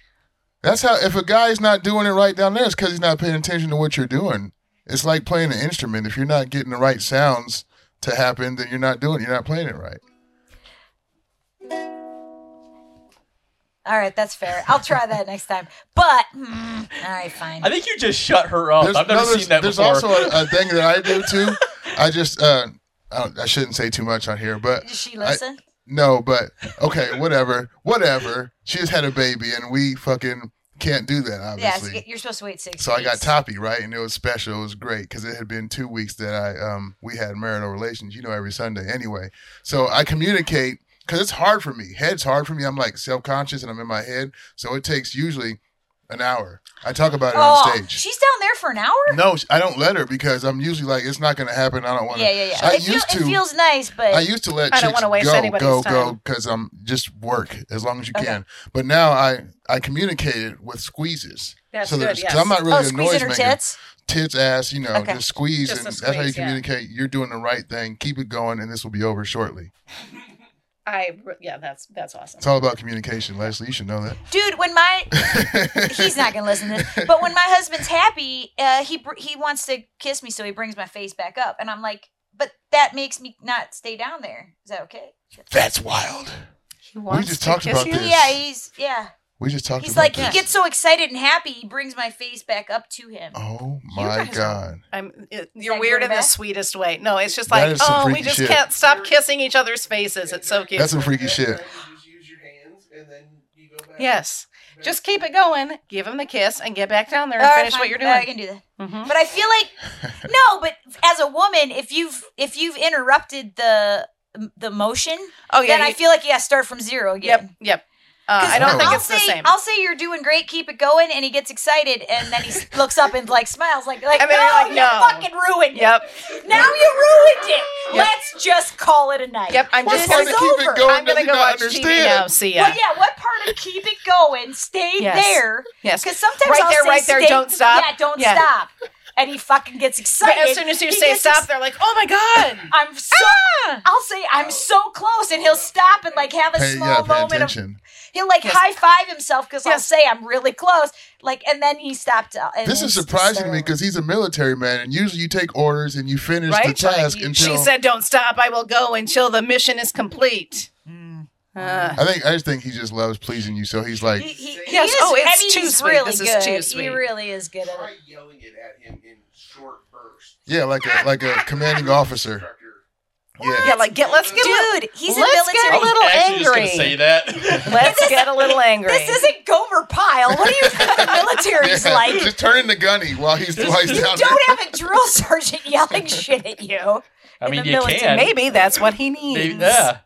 That's how. If a guy's not doing it right down there, it's because he's not paying attention to what you're doing. It's like playing an instrument. If you're not getting the right sounds to happen, then you're not doing. You're not playing it right. All right, that's fair. I'll try that next time. But mm, all right, fine. I think you just shut her up. Oh, I've never no, seen that there's before. also a, a thing that I do too. I just uh, I, don't- I shouldn't say too much on here, but Does she I- listen? No, but okay, whatever, whatever. She just had a baby, and we fucking can't do that, yeah, obviously. so you're supposed to wait six. so I got weeks. Toppy right, and it was special. It was great because it had been two weeks that I um we had marital relations. You know, every Sunday anyway. So I communicate because it's hard for me. Head's hard for me. I'm like self conscious, and I'm in my head. So it takes usually an hour. I talk about it Oh, on stage. she's down there for an hour. no, I don't let her because I'm usually like it's not going to happen. I don't want to. Yeah, yeah, yeah. I it, feel- used it to. feels nice, but I used to let I don't chicks wanna waste go, anybody's go, go, time. because I'm just work as long as you Okay. can. But now I I communicate it with squeezes. That's so good, there's- 'cause yes. I'm not really oh, a squeezing her noisemaker. tits. Tits, ass, you know, Okay. just squeeze, Just and a that's how you squeeze, yeah. communicate. You're doing the right thing. Keep it going, and this will be over shortly. I re- yeah, that's that's awesome. It's all about communication, Leslie. You should know Dude, when my that. he's not gonna listen to this. But when my husband's happy, uh, he br- he wants to kiss me, so he brings my face back up, and I'm like, but that makes me not stay down there. Is that okay? That's wild. he wants just to talked kiss about you? this. Yeah, he's yeah. We just talked. He's about like this. he gets so excited and happy, he brings my face back up to him. Oh You my guys are- god! I'm. It, that you're weird in going the back? sweetest way. No, it's just That like, is some oh, we freaky just shit. can't stop kissing each other's faces. It's so cute. That's some freaky shit. Just use your hands and then you go back. yes, Back. just keep it going. Give him the kiss and get back down there and All right, finish what fine. you're No, I doing. can do that. Mhm. But I feel like no. But as a woman, if you've if you've interrupted the the motion, Oh yeah, then I you- feel like you got to start from zero again. Yep, yep. Uh, I don't I'll think will it's say, the same. I'll say you're doing great. Keep it going, and he gets excited, and then he s- looks up and like smiles, like like, And then no, you're like, you no." fucking ruined yep, it. Now you ruined it. Yep. Let's just call it a night. yep. I'm What just. part part of of keep it's over. it going I'm gonna does he go not watch TV now. understand? See ya. Well, yeah. What part of keep it going? Stay Yes. there, Yes. because sometimes Right I'll there, say, right there, stay- don't stop. Yeah, don't Yeah. stop. And he fucking gets excited. But as soon as you He say gets stop, Ah! ex- they're like, "Oh my god!" I'm so. I'll say I'm so close, and he'll stop and like have a Pay, you small gotta pay moment of attention. He'll like Yes. high five himself because I'll Yes. say I'm really close. Like, and then he stopped. uh, and This is it's- surprising to it's me because he's a military man, and usually you take orders and you finish the Right? task until. She said, "Don't stop. I will go until the mission is complete." Mm. Uh, I think I just think he just loves pleasing you, so he's He, like, he, he Yes, is- oh, it's I mean, too he's sweet. Really This is good. too sweet. He really is good at Try it. yelling it at him in short bursts. yeah, like a like a commanding officer. Instructor. Yeah, yeah, like get let's get a- Dude, he's a Let's get I military. a was little actually just gonna angry. say that. let's get a little angry. This isn't Gomer Pyle. What do you think the military's Yeah, like? just turn into Gunny while he's while he's down there. Don't have a drill sergeant yelling shit at you. I In mean, the you military, can. Maybe that's what he They- needs. yeah.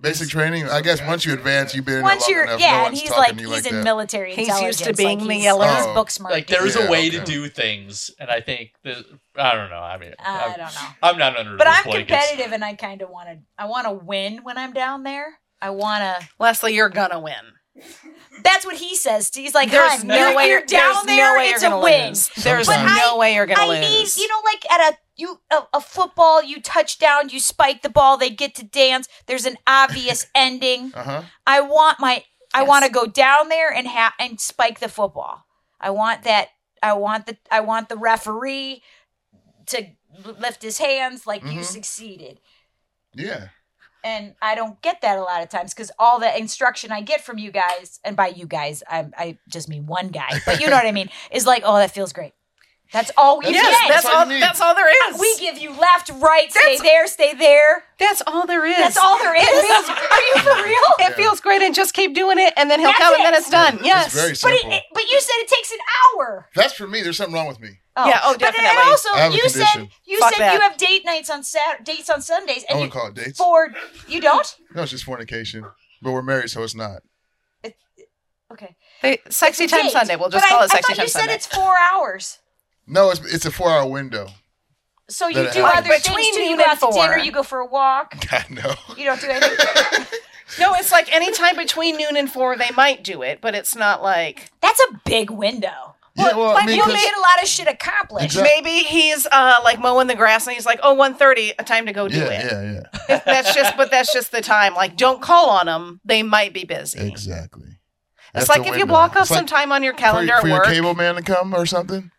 Basic training. I guess once you advance, you've been in there Once long you're, enough. no yeah, and one's he's talking like, to he's you in that. military He's intelligence. used to being like, the he's- yeller. He's Oh. book smart. Like there is Yeah, a way okay. to do things, and I think that I don't know. I mean, I I'm- don't know. I'm not under. But those I'm blankets. competitive, and I kind of want to. I want to win when I'm down there. I want to. Leslie, you're gonna win. That's what he says. He's like, There's "Hun, no you're, way you're there's down there. No way it's you're a gonna win. Lose. There's Sometimes- no way you're gonna I lose. need, you know, like at a you a, a football, you touch down, you spike the ball, they get to dance. There's an obvious ending. Uh huh. I want my. I Yes. want to go down there and ha- and spike the football. I want that. I want the. I want the referee to lift his hands like you Mm-hmm. Mhm. succeeded. Yeah. and I don't get that a lot of times because all the instruction I get from you guys, and by you guys, I, I just mean one guy, but you know what I mean, is like, oh, that feels great. That's all we yes, get. that's That's what all. you need. That's all there is. we give you left, right, stay That's- there, stay there. that's all there is. That's all there is. feels- Are you for real? It feels great, and just keep doing it, and then he'll That's come, and it. then it's done. Yes. It's very But simple. it, it- but you said it takes an hour. That's for me. There's something wrong with me. Yeah, oh, But then definitely. also, I have a you said condition. you Fuck said that. you have date nights on Sat dates on Sundays, I and you wouldn't call it dates. for you don't. No, it's just fornication. But we're married, so it's not. Okay, They- sexy time Date. Sunday. We'll just But I- call it I sexy thought time you Sunday. said it's four hours. No, it's it's a four hour window. So you That it do happens. other Like, things between too. You noon go and out to dinner. four. You go for a walk. I know. You don't do anything. no, it's like any time between noon and four, they might do it, but it's not like That's a big window. yeah, well, I like, mean, You'll 'cause- get a lot of shit accomplished. Exactly. maybe he's uh like mowing the grass and he's like, oh, 1.30, a time to go do yeah, it. yeah, That's just, but that's just the time. Like, don't call on them; they might be busy. yeah. Exactly. It's That's like the if you window. block off It's like some time on your for- calendar for, at your work. cable man to come or something.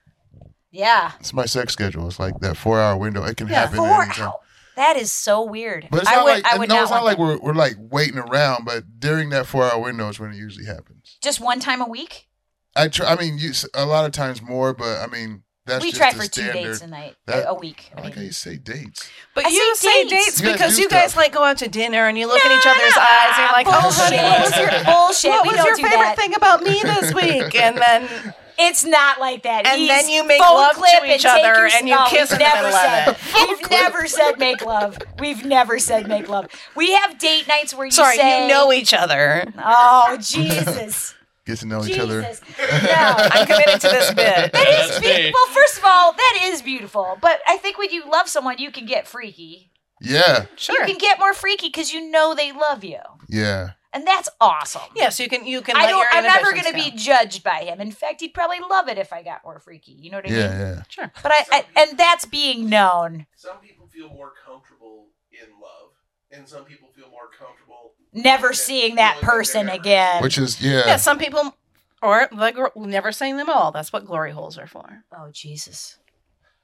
Yeah. It's my sex schedule. It's like that four hour window. It can Yeah, happen. Four anytime. out. That is so weird. But it's I not would, like I would no, not it's not want like that. we're we're like waiting around. But during that four hour window is when it usually happens. just one time a week. I try. I mean, you, s- a lot of times more, but I mean that's we just try the for two standard. dates a night, That- a week. I I like how mean. you say dates. But I you say say dates, dates. You guys because do you guys stuff. like go out to dinner and you look at each No, other's no, eyes and you're like, oh, bullshit. honey, what was your, bullshit. what we was don't your do favorite that. thing about me this week? And then It's not like that. And He's then you make phone love to clip and each take other your- and you No, kiss we've in the never middle of said- it. We've never said make love. We've never said make love. We have date nights where you sorry, say you know each other. Oh Jesus. Get to know each other. Jesus. No. I'm committed to this bit. That is That's be- me. well. First of all, that is beautiful. But I think when you love someone, you can get freaky. Yeah, Sure. You can get more freaky because you know they love you, yeah. and that's awesome. Yes, you can. You can. I let don't. your I'm never going inhibitions to be go. judged by him. In fact, he'd probably love it if I got more freaky. You know what I Yeah, mean? yeah. Sure. But I, I and that's being known. Some people feel more comfortable in love and some people feel more comfortable. Never seeing that person again. Which is yeah. Yeah, some people, or like we're never saying them all. That's what glory holes are for. Oh Jesus,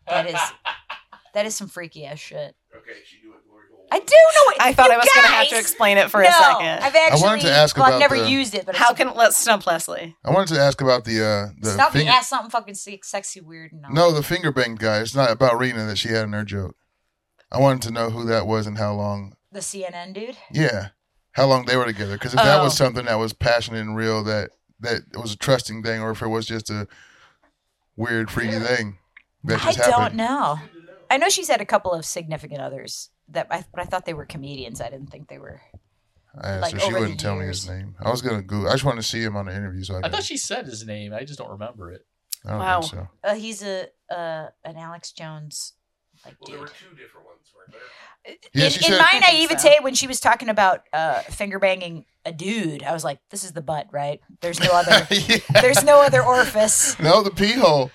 that is that is some freaky ass shit. Okay, she knew what glory hole. I do was. know it. I thought you I was going to have to guys- explain it for no, a second. I've actually. wanted to ask well, I've about never the- used it, but How it's- can let's stump Leslie? I wanted to ask about the uh the stop me finger- ask something fucking se- sexy, weird, and all. No, the finger bang guy. It's not about Rena that she had in her joke. I wanted to know who that was and how long. the CNN dude. Yeah, how long they were together. Because if that Oh. was something that was passionate and real, that that was a trusting thing, or if it was just a weird, freaky thing that I just don't happened. know. I know she's had a couple of significant others that, I, but I thought they were comedians. I didn't think they were. I asked like, her. She over the wouldn't tell me his years. name. I was gonna Google. I just wanted to see him on an interview. So I, I thought did. she said his name. I just don't remember it. I don't Wow. think so. Uh, he's a uh, an Alex Jones like Well, dude. there were two different ones, weren't there? Yeah, in, she in said- my I think naivete, when she was talking about uh, finger banging a dude, I was like, "This is the butt, right? There's no other. Yeah. there's no other orifice." No, the pee hole.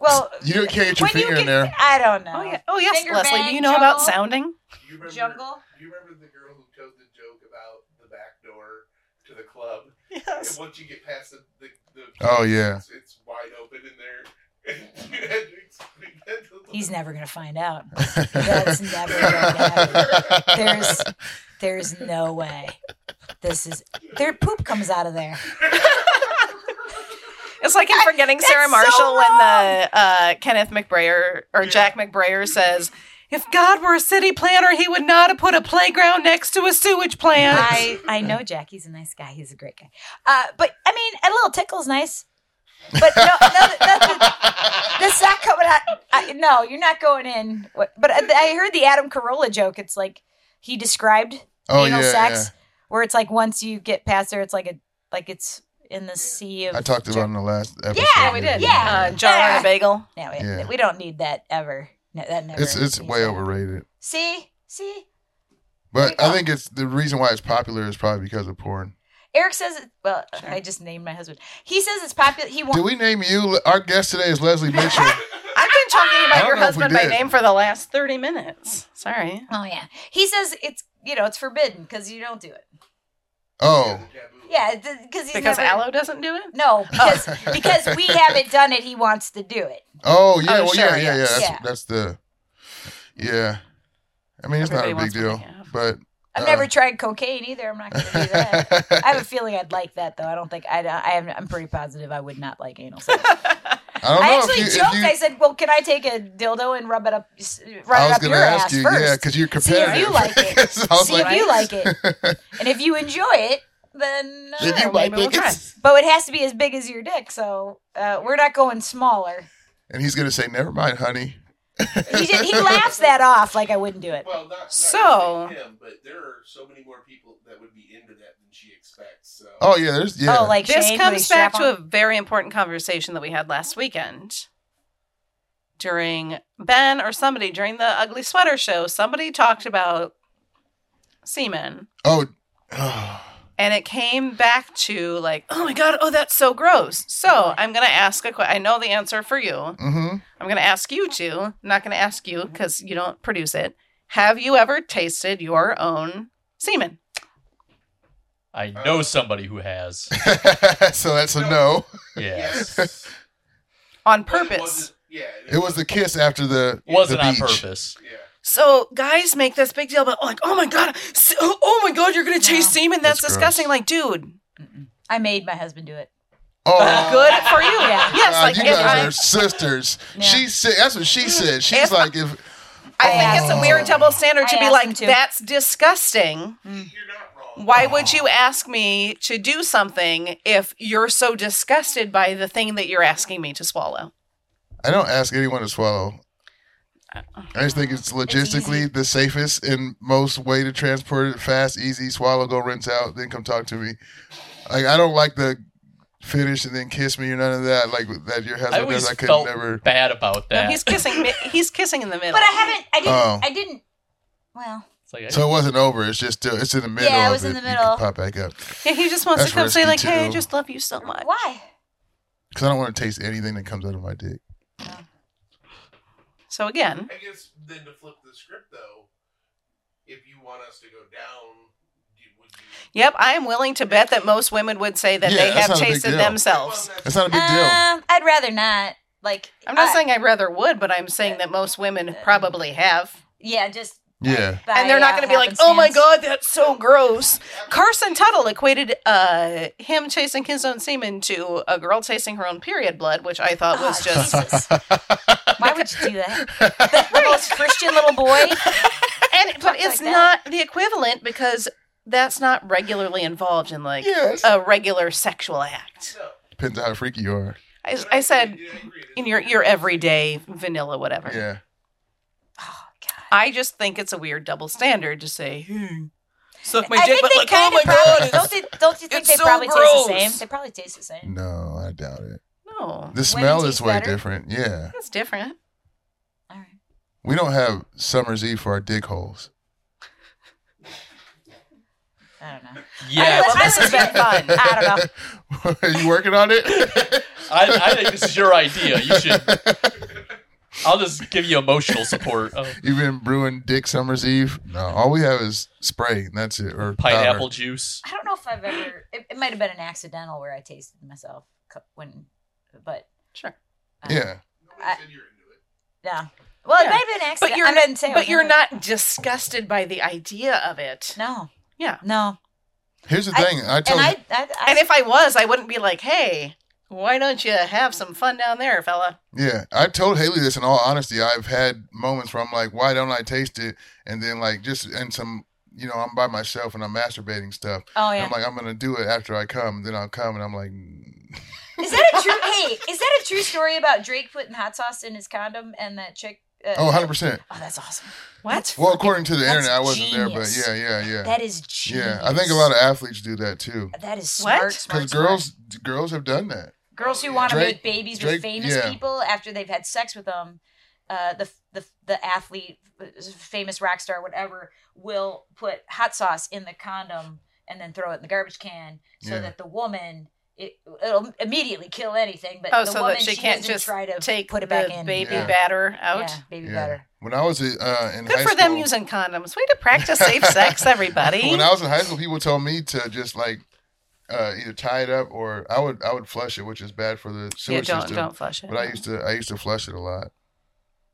Well, You don't can't get your when you finger in can- there. I don't know. Oh yeah, oh yes, Finger Leslie. bang, Do you know about jungle. sounding? Do you remember, Jungle? Do you remember the girl who told the joke about the back door to the club? And Yes. once you get past the, the, the Oh, yeah. it's, it's wide open in there. And you had to explain that to He's them. never gonna find out. That's never gonna happen. There's there's no way. This is their poop comes out of there. It's like I'm forgetting Sarah so Marshall when the uh, Kenneth McBrayer or Jack McBrayer says, "If God were a city planner, he would not have put a playground next to a sewage plant." I I know Jack. He's a nice guy. He's a great guy. Uh, but I mean, a little tickle's nice. But no, no, no, no that's not coming out. I, no, you're not going in. What- But I, I heard the Adam Carolla joke. It's like he described oh anal yeah, sex, where it's like once you get past there, it's like a like it's in the sea of. yeah. I talked about it in the last episode. Yeah, we did. Yeah. uh, jar and a bagel. No, we- Yeah. we don't need that ever. No, that never. It's it's needs way that. overrated. See, see. But There you I go. think it's the reason why it's popular is probably because of porn. Eric says, it- "Well, Sure. I just named my husband. He says it's popular. He wants." Did we name you? Our guest today is Leslie Mitchell. I've been talking I about don't your know if we husband by did. name for the last thirty minutes. Sorry. oh yeah, he says it's you know it's forbidden because you don't do it. Oh, Yeah, because he's Because never- Aloe doesn't do it. No, because because we haven't done it, he wants to do it. oh yeah, Oh, well yeah, sure, yeah, yeah. yes. That's Yeah. that's the yeah. I mean, it's not a Everybody big deal, wants what they have. but I've Uh. never tried cocaine either. I'm not going to do that. I have a feeling I'd like that though. I don't think I. I am. I'm pretty positive I would not like anal sex. I don't I know actually Oh, if you. joked. if you I said, "Well, can I take a dildo and rub it up, s- rub I it was up going your to ask ass you, first? yeah, because you're See competitive. if you like it. 'Cause I was See like, if you like it, and if you enjoy it, then." Uh, Then you Sure, might maybe we'll think try. it's- but it has to be as big as your dick, so uh, we're not going smaller. and he's going to say, "Never mind, honey." He, just, he laughs that off like I wouldn't do it. Well, not, not So- so him, but there are so many more people that would be into that than she expects. So Oh yeah, there's yeah. Oh, like this Shane with comes his back strap to a on? very important conversation that we had last weekend during ben or somebody during the ugly sweater show somebody talked about semen oh, and it came back to like oh my god oh that's so gross so i'm gonna ask a question i know the answer for you i'm mm-hmm. gonna ask you to i'm not gonna ask you because you don't produce it have you ever tasted your own semen I Uh, know somebody who has. so that's a no. Yeah. yes, on But it purpose wasn't- Yeah, It was the kiss after the Wasn't the on beach. purpose. Yeah, So guys make this big deal about like, oh my god, se- oh oh my god, you're gonna taste semen. That's, That's gross. disgusting. Like, dude, I made my husband do it. Oh, good for you. Yeah. Yes, God, like you if guys I, are sisters. Yeah. She said that's what she said. She's If- like, if I think it's a weird double standard to I be asked like, him Mm. to. that's disgusting. you're not wrong. Why would you ask me to do something if you're so disgusted by the thing that you're asking me to swallow? I don't ask anyone to swallow. I just think it's logistically easy. the safest and most way to transport it fast, easy, swallow, go rinse out, then come talk to me. Like I don't like the finish and then kiss me or none of that. Like that your I husband does. always I could felt never. bad about No, that. he's kissing. mi- he's kissing in the middle. But I haven't. I didn't. Oh. I didn't. Well, It's like, I- So it wasn't over. It's just still. It's in the middle. Yeah, it of was in the You can middle. Pop back up yeah, he just wants to That's come say like, risky, hey, I too. just love you so much. why? because I don't want to taste anything that comes out of my dick. So again, I guess then to flip the script though, if you want us to go down, do, would you? Yep, I am willing to bet that most women would say that Yeah, they that's have not a big tasted deal. themselves. Well, That's not a big deal. Um, I'd rather not. Like, I'm not I- saying I rather would, but I'm saying that most women probably have. Yeah, just Yeah. by, and they're not uh, going to be like, "Oh my happenstance." god, that's so gross." Carson Tuttle equated uh, him chasing his own semen to a girl chasing her own period blood, which I thought was Ah, just Jesus. Why would you do that? The most Christian little boy. and but Talk it's like not that. the equivalent because that's not regularly involved in like Yes. a regular sexual act. No, Depends on how freaky you are. I, but I agree, said dude, I agree. This in is your weird. your everyday vanilla whatever. Yeah. Oh god. I just think it's a weird double standard to say, hmm, "Suck my I dick," think but they like, "Oh kind my of god." probably don't. They, don't you think it's they so probably gross. taste the same? They probably taste the same. No, I doubt it. No, The smell is taste way better? different. Yeah. that's different. All right. We don't have Summer's Eve for our dick holes. I don't know. Yeah, well, this has been fun. I don't know. know. are you working on it? I, I think this is your idea. You should. I'll just give you emotional support. Oh, You've been brewing dick Summer's Eve? No. All we have is spray, and that's it. Or pineapple powder. juice. I don't know if I've ever. It, it might have been an accidental where I tasted myself cu- when, but Sure. uh, Yeah. Nobody I- said you're into it. No. Well, Yeah. it might have been an accident. But you're I didn't say it But was you're intentional. not disgusted by the idea of it. Mm-hmm. No. Yeah. No. Here's the I- thing. I, told And you. I, I, I And if I was, I wouldn't be like, "Hey, why don't you have some fun down there, fella?" Yeah, I told Haley this in all honesty. I've had moments where I'm like, why don't I taste it? And then like just and some, you know, I'm by myself and I'm masturbating stuff. oh And yeah. I'm like, I'm gonna do it after I come. Then I'll come and I'm like, mm. Is that a true? hey, is that a true story about Drake putting hot sauce in his condom and that chick? Uh, oh, 100 percent. Oh, that's awesome. What? Well, according to the That's internet, I wasn't genius. there, but yeah, yeah, yeah, That is genius. yeah. I think a lot of athletes do that too. that is What? smart. Because smart, smart. girls, girls have done that. girls who want to Drake- make babies Drake- with famous yeah. people after they've had sex with them, uh, the the the athlete, famous rock star, whatever, will put hot sauce in the condom and then throw it in the garbage can so Yeah. that the woman. It, it'll immediately kill anything, but Oh, so the that woman she can't doesn't just try to Take put it the back in. baby Yeah. batter out. Yeah, baby Yeah. better. When I was uh, in Good high for them school- using condoms. Way to practice safe sex, everybody. When I was in high school, people told me to just like uh, either tie it up or I would I would flush it, which is bad for the sewer yeah, don't system. don't flush it. But I used to I used to flush it a lot.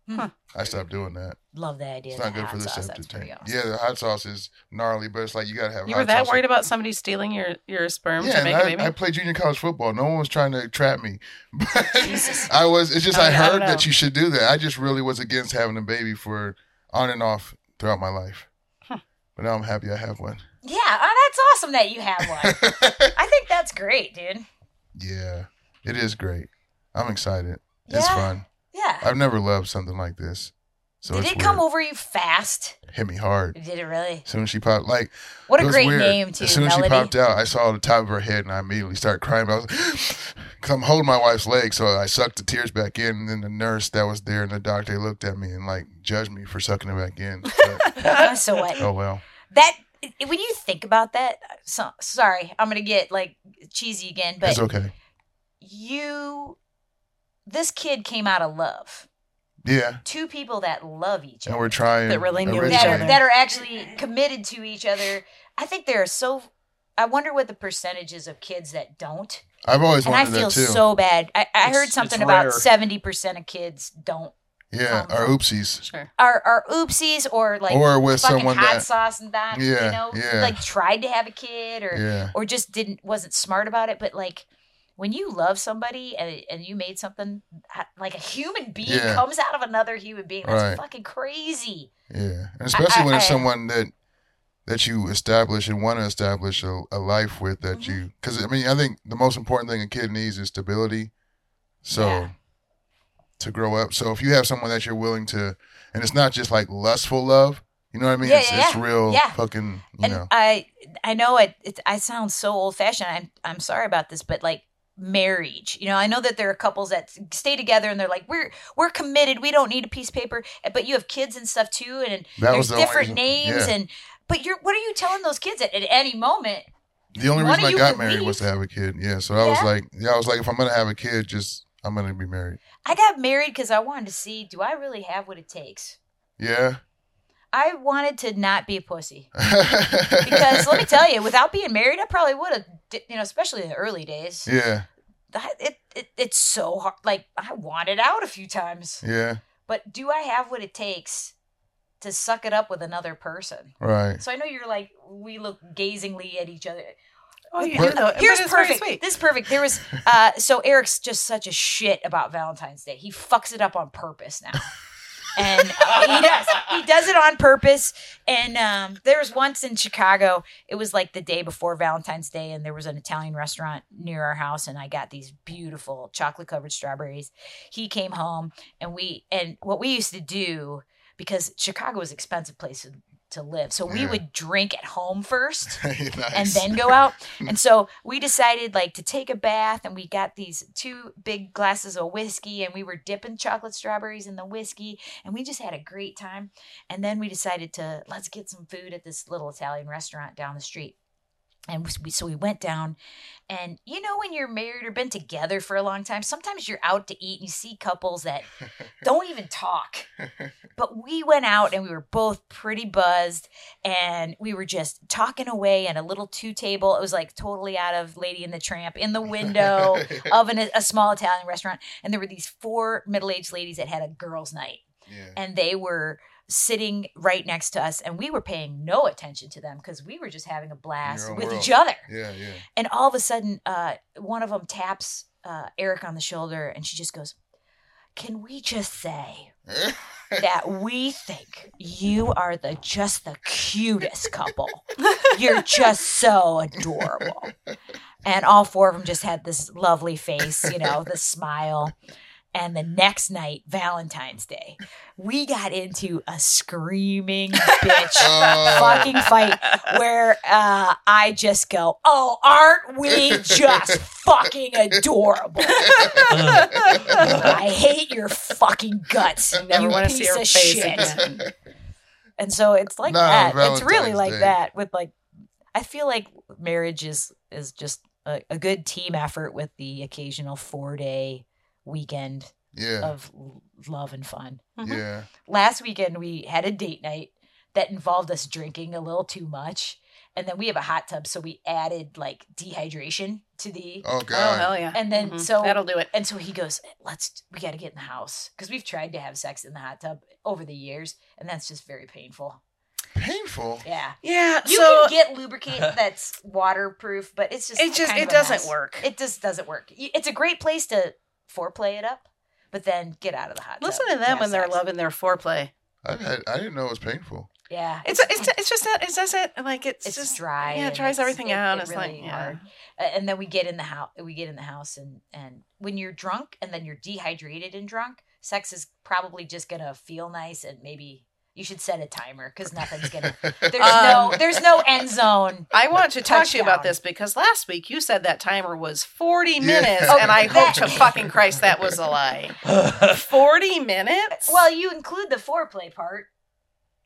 Hmm. I stopped doing that. Love the idea. It's of not the good for hot the sauce. septic That's pretty tank. awesome. Yeah, the hot sauce is gnarly, but it's like you gotta have. You hot were that sauce. worried about somebody stealing your your sperm Yeah, to make and a I, baby? I played junior college football. No one was trying to trap me. But Jesus. I was. It's just I I, don't- I don't heard that know. you should do that. I just really was against having a baby for on and off throughout my life. But now I'm happy I have one. Yeah, oh, that's awesome that you have one. I think that's great, dude. yeah, it is great. I'm excited. It's Yeah. fun. Yeah. I've never loved something like this. So Did it's it come weird. over you fast? Hit me hard. Did it really? As soon as she popped, like What it a was great weird. name too, As soon as Melody. she popped out, I saw the top of her head, and I immediately started crying. But I was because I'm holding my wife's leg, so I sucked the tears back in. And then the nurse that was there and the doctor they looked at me and like judged me for sucking it back in. But, Oh, so what? oh well, That when you think about that, so, sorry, I'm gonna get like cheesy again, but it's okay. you, this kid came out of love. Yeah, Two people that love each and other. we're trying. That really knew each that originally- are, that are actually committed to each other. I think there are so. I wonder what the percentages of kids that don't. I've always And I wanted that feel too. so bad. I, I It's- heard it's something about rare. seventy percent of kids don't yeah, Um, or oopsies, sure. are are oopsies or like or with fucking someone hot that. sauce and that Yeah, you know yeah. like tried to have a kid or Yeah, or just didn't wasn't smart about it. But like when you love somebody and and you made something like a human being Yeah. comes out of another human being, that's Right. fucking crazy. yeah, and especially when it's I- someone that that you establish and want to establish a, a life with that Mhm. you because I mean I think the most important thing a kid needs is stability. So Yeah. to grow up. So if you have someone that you're willing to, and it's not just like lustful love, you know what I mean? Yeah, it's, yeah, it's real yeah. fucking you And know. I I know it, it I sound so old fashioned. I'm I'm sorry about this, but like marriage. You know, I know that there are couples that stay together and they're like we're we're committed. We don't need a piece of paper, but you have kids and stuff too and That there's was the only different reason- names yeah. and but you're what are you telling those kids at, at any moment? the only one reason of I you got could married leave. was to have a kid. Yeah. So I was Yeah. like, yeah, I was like, if I'm gonna have a kid, just I'm gonna be married. I got married because I wanted to see do I really have what it takes? Yeah. I wanted to not be a pussy because let me tell you, without being married, I probably would have. You know, especially in the early days. yeah, That, it, it it's so hard. Like I wanted out a few times, yeah, but do I have what it takes to suck it up with another person? right. So I know you're like we look gazingly at each other. Oh, you But- do though. Here's but it's very perfect. sweet. This is perfect. There was uh so Eric's just such a shit about Valentine's Day. He fucks it up on purpose now. And he does. He does it on purpose. And um, there was once in Chicago, it was like the day before Valentine's Day, and there was an Italian restaurant near our house, and I got these beautiful chocolate covered strawberries. He came home, and we and what we used to do because Chicago was an expensive place to, to live, so we Yeah. would drink at home first, Nice. and then go out. and so we decided like to take a bath and we got these two big glasses of whiskey and we were dipping chocolate strawberries in the whiskey and we just had a great time. And then we decided to let's get some food at this little Italian restaurant down the street. And we, so we went down, and you know when you're married or been together for a long time, sometimes you're out to eat and you see couples that don't even talk. But we went out and we were both pretty buzzed, and we were just talking away at a little two table. It was like totally out of Lady and the Tramp in the window Oh. of an, a small Italian restaurant. And there were these four middle aged ladies that had a girls' night, yeah. and they were sitting right next to us, and we were paying no attention to them because we were just having a blast own with world. each other. Yeah, yeah. And all of a sudden, uh, one of them taps uh, Eric on the shoulder, and she just goes, "Can we just say?" that we think you are the just the cutest couple. You're just so adorable. And all four of them just had this lovely face, you know, the smile. And the next night, Valentine's Day, we got into a screaming bitch Oh, fucking fight where uh, I just go, "Oh, aren't we just fucking adorable? I hate your fucking guts. Never you want to piece see her face of shit." again. And so it's like No, that. it's really Valentine's like Day. that with like I feel like marriage is is just a, a good team effort with the occasional four day weekend yeah, of l- love and fun. yeah. Last weekend we had a date night that involved us drinking a little too much. And then we have a hot tub, so we added like dehydration to the Oh Oh god. hell yeah! and then Mhm. so that'll do it. and so he goes, "Let's we got to get in the house because we've tried to have sex in the hot tub over the years, and that's just very painful." Painful. Yeah, Yeah. you so can get lubricant that's waterproof, but it's just it just kind of it a doesn't mess. work. It just doesn't work. You- It's a great place to foreplay it up, but then get out of the hot. Listen tub to them have when they're sex. loving their foreplay. I, I, I didn't know it was painful. Yeah, It's it's it's just that it doesn't like it's, it's just dry. Yeah, it and dries it's- everything it- out. it it's really like yeah. hard. Uh, and then we get in the house. We get in the house, and and when you're drunk, and then you're dehydrated and drunk, sex is probably just gonna feel nice, and maybe you should set a timer because nothing's gonna. There's no Um, there's no end zone. I want to talk to you about Touchdown. this because last week you said that timer was 40 Yeah. minutes, Oh, and I hope that- to fucking Christ that was a lie. 40 minutes? Well, you include the foreplay part,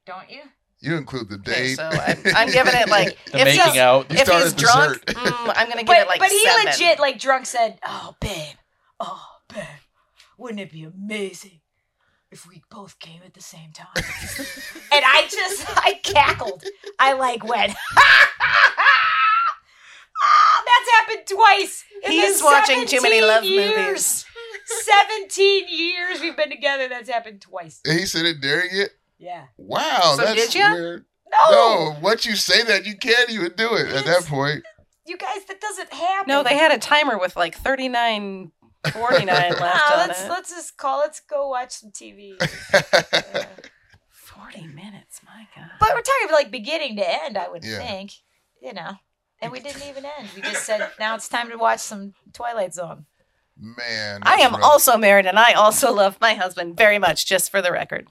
don't you? you include the okay, date. so I'm, I'm giving it like the if, making he's, out. You if start he's at drunk, dessert. mm, I'm gonna give But it like but he seven. legit like drunk said, "Oh babe, oh babe, wouldn't it be amazing if we both came at the same time?" and I just I cackled. I like went. Ah, that's happened twice. in the He's watching too many 17 love years. movies. 17 years we've been together. That's happened twice. And he said it during it. Yeah. Wow, So that's did ya? weird. No, No, once you say that, you can't even do it at that It's- point. you guys, that doesn't happen. No, they had a timer with like 39, 49 left Ah, on let's it. let's just call. Let's go watch some TV. 40 minutes, my God. But we're talking like beginning to end, I would Yeah. think. You know. And we didn't even end. We just said now it's time to watch some Twilight Zone. Man, I that's am rough. also married, and I also love my husband very much, just for the record.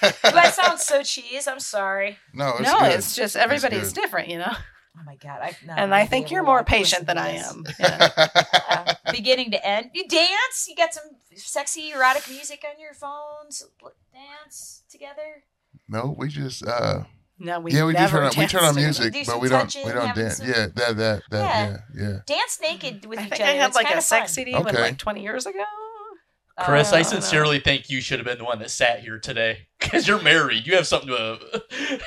That sounds so cheese. I'm sorry. no. It's no, Oh, good. it's just everybody's good. different, you know? Oh my god! I, no, and I'm I gonna think be you're able to more like listen patient than to I this. am. Yeah. Uh, beginning to end, you dance. You got some sexy erotic music on your phones. Dance together. no, we just uh, No, we yeah, we just turn on, never we danced turn on together. music, Do but some we don't touching, we don't having dance. some- Yeah, that that that yeah yeah. Dance naked with I each think other. I had It's like kinda a fun. sex CD Okay. when, like 20 years ago. Chris, Oh, I no. sincerely think you should have been the one that sat here today because you're married. You have something to.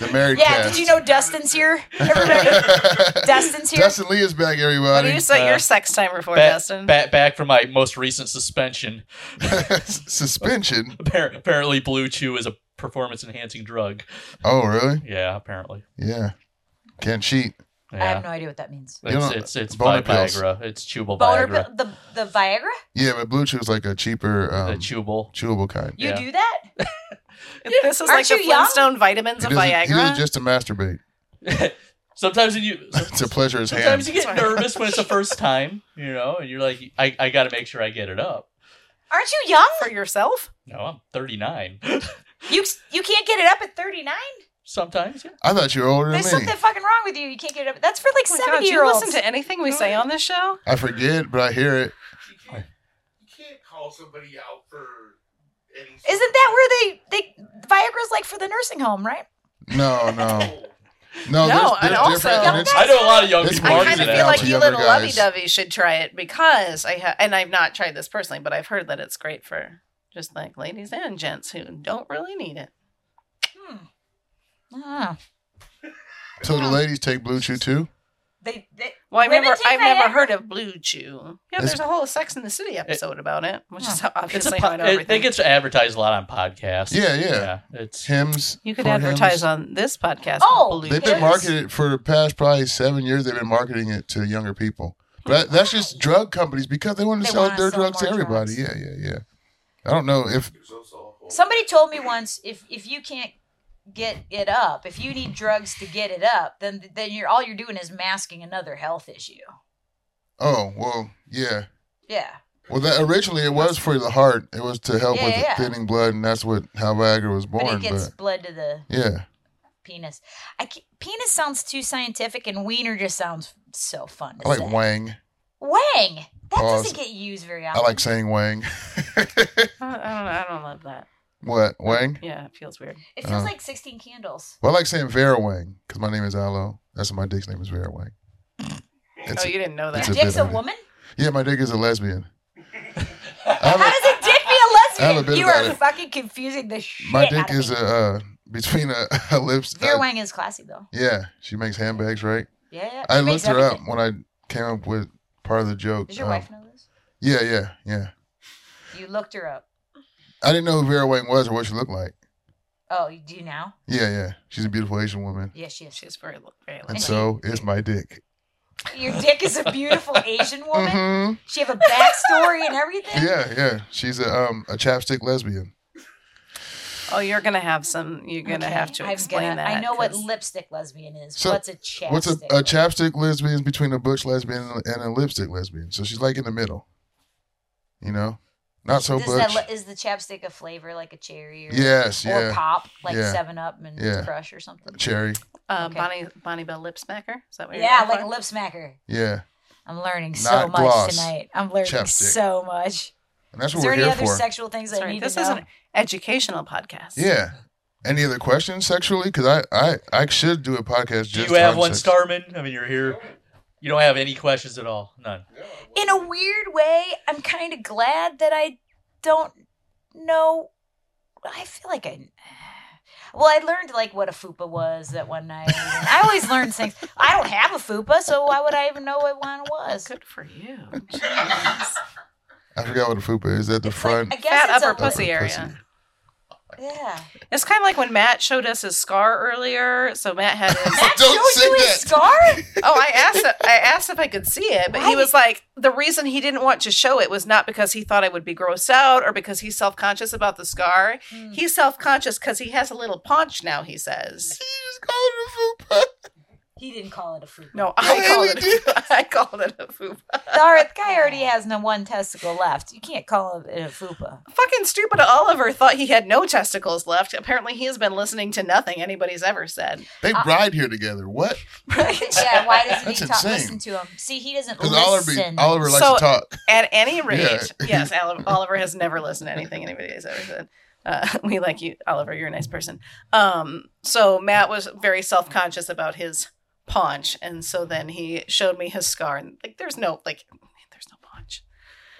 The married Yeah, cast. did you know Dustin's here? Everybody, Dustin's here. Dustin Lee is back, What do everybody. you set uh, your sex time for, Ba- Dustin? ba- back from my most recent suspension. Suspension. Appar- Apparently, Blue Chew is a performance enhancing drug. Oh, really? Yeah, apparently. Yeah. Can't cheat. Yeah. I have no idea what that means. You It's know, it's it's boner Vi- pills. Viagra. It's chewable Boner Viagra. pill, the the Viagra. Yeah, but Blue Chew is like a cheaper, the um, chewable. chewable kind. You Yeah. do that? this is like Aren't the you young? Flintstone vitamins of He doesn't- He Viagra. is just to masturbate, Sometimes when you to pleasure his hand. sometimes you get Sorry. nervous when it's the first time, you know, and you're like, I I got to make sure I get it up. Aren't you young? for yourself? No, I'm 39. You you can't get it up at 39. Sometimes, yeah. I thought you were older than There's me. something fucking wrong with you. You can't get it up. That's for like Oh my 70 God, you year olds. listen to anything we say on this show? I forget, but I hear it. You can't, you can't call somebody out for any. Isn't that where they they Viagra's like for the nursing home, right? No, no, no. No, there's, and there's also- different, Young and it's, I know a lot of young This people. I Marty's kind into of an feel that. like analogy, you younger little lovey guys. dovey should try it because I ha- and I've not tried this personally, but I've heard that it's great for just like ladies and gents who don't really need it. Hmm. Ah. so the ladies take Blue Chew too. They, they Well, I've Women never, take I've Viagra? never heard of Blue Chew. Yeah, It's- there's a whole Sex in the City episode about it, which is how It's a obviously how I po- know it, it everything. gets advertised a lot on podcasts. Yeah, yeah. it's Hymns. you could for hymns. advertise on this podcast. Oh, Blue They've Chew. been marketing it for the past probably seven years. They've been marketing it to younger people. But that's just drug companies because they want to They sell wanna their sell drugs to more everybody. drugs. Yeah, yeah, yeah. I don't know if somebody told me once if if you can't get it up, if you need drugs to get it up, then then you're all you're doing is masking another health issue. Oh well, yeah. Yeah. Well, that originally it was for the heart. It was to help Yeah, with yeah. thinning blood, and that's what how Viagra was But born. it gets But, blood to the yeah, penis. I ca- penis sounds too scientific and wiener just sounds so fun to I like say. Wang. Wang. That Pause. doesn't get used very I often. like saying Wang. I don't, I don't love that. what Wang? Yeah, it feels weird. it feels uh, like 16 candles. Well, I like saying Vera Wang because my name is Aloe. That's my dick's name is Vera Wang. Mm. It's- oh, you didn't know Your that. it's a dick's bit a of it. woman? yeah, my dick is a lesbian. I How have a- does a dick I be a have a lesbian? bit You about are it. fucking confusing the shit. my out dick of is me. a uh, between a, a lips. Vera uh, Wang is classy though. yeah, she makes handbags, right? Yeah, yeah. I She makes looked her up everything. when I came up with part of the joke. Does your Um, wife know this? Yeah, yeah, yeah. You looked her up. I didn't know who Vera Wang was or what she looked like. Oh, you do now? Yeah, yeah. She's a beautiful Asian woman. Yeah, she is. She's very, very. And And so is my dick. Your dick is a beautiful Asian woman. hmm She have a backstory and everything. Yeah, yeah. She's a um a chapstick lesbian. Oh, you're gonna have some. You're gonna Okay, have to I'm explain gonna- that. I know what 'cause- lipstick lesbian is. So, What's a chapstick? What's a, a chapstick lesbian is between a butch lesbian and a lipstick lesbian. So she's like in the middle. You know? Not so Does that butch. li- is the chapstick a flavor like a cherry or, yes, or yeah. pop, like Yeah. Seven Up and Yeah. Crush or something? Cherry. Uh, Okay. Bonnie Bonnie Bell lip smacker. Is that what? You're Yeah, going like for? a lip smacker. Yeah. I'm learning so Not much gloss. tonight. I'm learning Chapstick. so much. And that's is what there we're any here other for. sexual things I Sorry, need this to know? is an educational podcast. yeah. Any other questions sexually? Because I, I I should do a podcast Do just you have on one, sex. Starman? I mean, you're here. You don't have any questions at all. None. in a weird way, I'm kind of glad that I don't know. I feel like I. Well, I learned like what a fupa was that one night. And I always learn things. I don't have a fupa, so why would I even know what one was? Good for you. I forgot what a fupa is. That the It's like- front I guess Fat it's upper a, pussy Upper pussy. area. Yeah. It's kind of like when Matt showed us his scar earlier. So Matt had his. That Don't shows you say his that. scar. oh, I asked. I asked if I could see it, but he Right. was like, the reason he didn't want to show it was not because he thought I would be grossed out or because he's self conscious about the scar. Hmm. Mm. He's self conscious because he has a little paunch now. He says. just called it a fupa. He didn't call it a fupa. No, Yeah, I he called it. did. A, I called it a fupa. The ar- guy already has no one testicle left. You can't call it a fupa. Fucking stupid Oliver thought he had no testicles left. Apparently, he has been listening to nothing anybody's ever said. They ride here together. What? yeah. Why doesn't That's he talk, insane. listen to him? See, he doesn't Because listen. Oliver, Oliver likes So- to talk. At any rate, Yeah. yes, Oliver, Oliver has never listened to anything anybody has ever said. Uh, we like you, Oliver. You're a nice person. Um, so Matt was very self conscious about his paunch, and so then he showed me his scar, and like, there's no like, there's no paunch.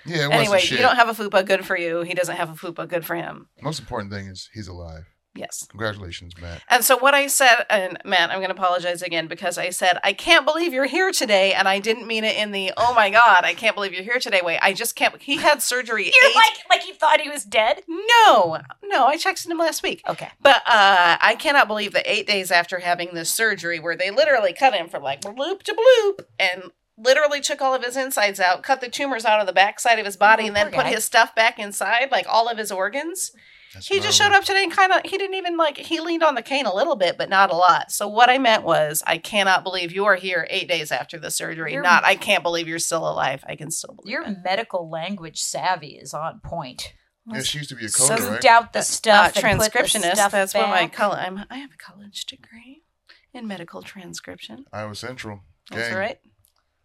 Yeah, it anyway, wasn't shit. you don't have a fupa, good for you. He doesn't have a fupa, good for him. Most important thing is he's alive. Yes. Congratulations, Matt. And so what I said, and Matt, I'm going to apologize again because I said I can't believe you're here today, and I didn't mean it in the oh my god, I can't believe you're here today way. I just can't. He had surgery. You're eight- like, like you thought he was dead? no, no, I texted him last week. Okay. But uh, I cannot believe that eight days after having this surgery, where they literally cut him from like bloop to bloop and literally took all of his insides out, cut the tumors out of the backside of his body, and then Oh, Poor put guy. his stuff back inside, like all of his organs. That's He just gnarly. showed up today and kind of, he didn't even like, he leaned on the cane a little bit, but not a lot. So what I meant was, I cannot believe you are here eight days after the surgery. You're- not, I can't believe you're still alive. I can still believe Your it. medical language savvy is on point. Yeah, she used to be a So coder, the right? Doubt the uh, stuff. and put the transcriptionist. stuff That's what my back. college. I'm. I have a college degree in medical transcription. Iowa Central. That's Gang. right.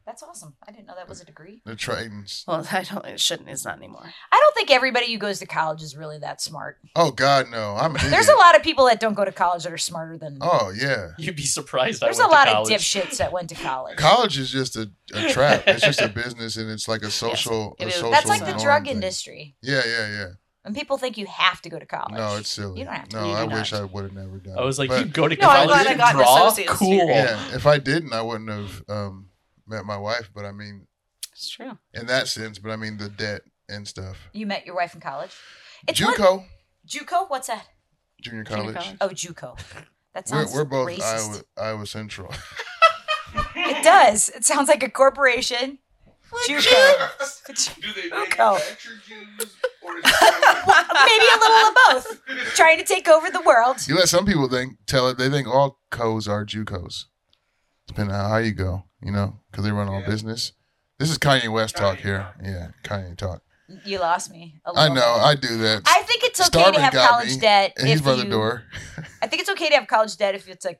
That's awesome. I didn't know that was a degree. The Tritons. Well, I don't. It shouldn't. It's not anymore. I don't think everybody who goes to college is really that smart. Oh God, no! I'm an There's a idiot. lot of people that don't go to college that are smarter than. Oh yeah, You'd be surprised. there's I a went lot to of college. dipshits that went to college. college is just a, a trap. It's just a business, and it's like a social. it a is. social That's like the norm drug thing. industry. Yeah, yeah, yeah. When people think you have to go to college. No, it's silly. You don't have to. No, You do I not. wish I would have never done. I was it. like, But- you go to No, I'm college glad I and got an draw? associate's Cool. degree. yeah. If I didn't, I wouldn't have um, met my wife. But I mean, It's true. in that sense. But I mean, the debt and stuff. You met your wife in college. It's JUCO, What, JUCO? What's that? junior college. college. Oh, JUCO. That We're, sounds we're both racist. Iowa, Iowa Central. It does. It sounds like a corporation. JUCO. Do they Juco. manufacture Jews or is it Maybe a little of both. Trying to take over the world. You let some people think tell it they think all co's are JUCOs, depending on how you go, you know, because they run all Yeah. business. This is Kanye West talk Kanye here. Yeah, Kanye talk. You lost me. a I little know. bit. I do that. I think it's okay Starvin to have got college me, debt. and he's if by the you- door. I think it's okay to have college debt if it's like,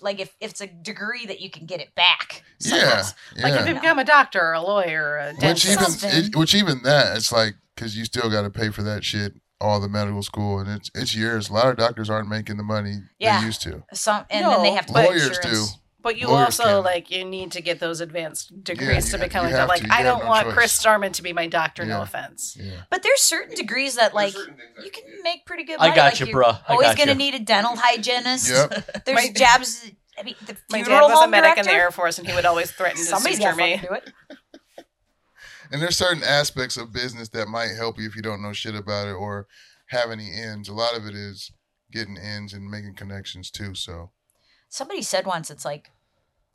like if, if it's a degree that you can get it back. Yeah, sometimes. yeah. Like if you become a doctor, or a lawyer, or a which dentist. even something. it, which even that it's like because you still got to pay for that shit. All the medical school and it's it's years. A lot of doctors aren't making the money Yeah. they used to. Some and then they No, have to buy Lawyers do. insurance. but you lawyers also can. like you need to get those advanced Yeah, degrees you to ha- become you a have doctor. Like to. You I have don't no want choice. Chris Starman to be my doctor. Yeah. No offense. Yeah, But there's certain degrees that like you can make pretty good. I money. got like you, you're bruh. I Always got gonna you. need a dental hygienist. yep. There's My- jobs. I mean, the My dad funeral was a home medic in the director? Air Force, and he would always threaten to Somebody's suture got me. to do it. And there's certain aspects of business that might help you if you don't know shit about it or have any ends. A lot of it is getting ends and making connections too. So Somebody said once it's like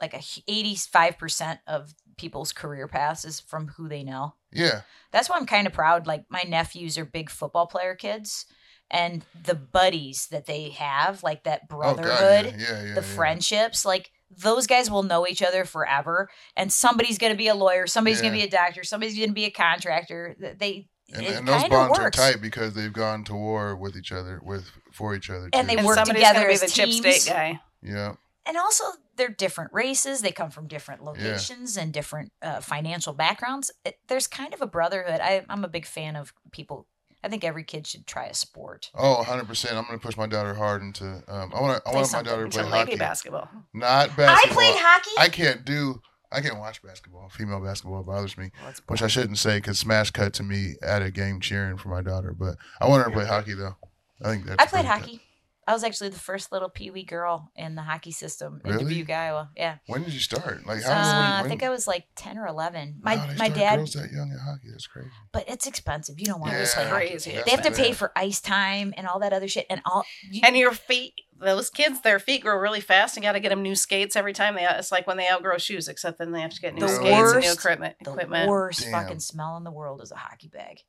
like a eighty-five percent of people's career paths is from who they know. yeah, That's why I'm kind of proud. Like my nephews are big football player kids, and the buddies that they have, like that brotherhood. Oh, yeah, yeah, yeah, the yeah. friendships like those guys will know each other forever and somebody's going to be a lawyer somebody's going to Yeah. be a doctor somebody's going to be a contractor Th- they And, it and those kinda bonds works. are tight because they've gone to war with each other, with for each other. too. And they And work somebody's together gonna be as the Chip teams. State guy. Yeah, and also they're different races they come from different locations and different uh, financial backgrounds it, there's kind of a brotherhood I, i'm a big fan of people i think every kid should try a sport Oh, 100 percent. I'm gonna push my daughter hard into. Um, I want. I Play want my something. daughter to It's To play lady hockey, basketball. not basketball. i played hockey I can't do. I can't watch basketball. Female basketball bothers me, which I shouldn't say because Smash cut to me at a game cheering for my daughter. But I want her to play hockey though. I think that's. I played pretty good. hockey i was actually the first little pee-wee girl in the hockey system in Really? dubuque iowa yeah When did you start? Like how? Uh, when, I think I when- was like ten or eleven. My Wow, they my start dad, Girls that young at hockey. That's crazy. but it's expensive. You don't want Yeah, to play. hockey. crazy. that's They have to bad. pay for ice time and all that other shit, and all. You, And your feet, those kids, their feet grow really fast, and got to get them new skates every time. They it's like when they outgrow shoes, except then they have to get new The skates and new worst- equipment. the equipment. worst Damn. fucking smell in the world is a hockey bag.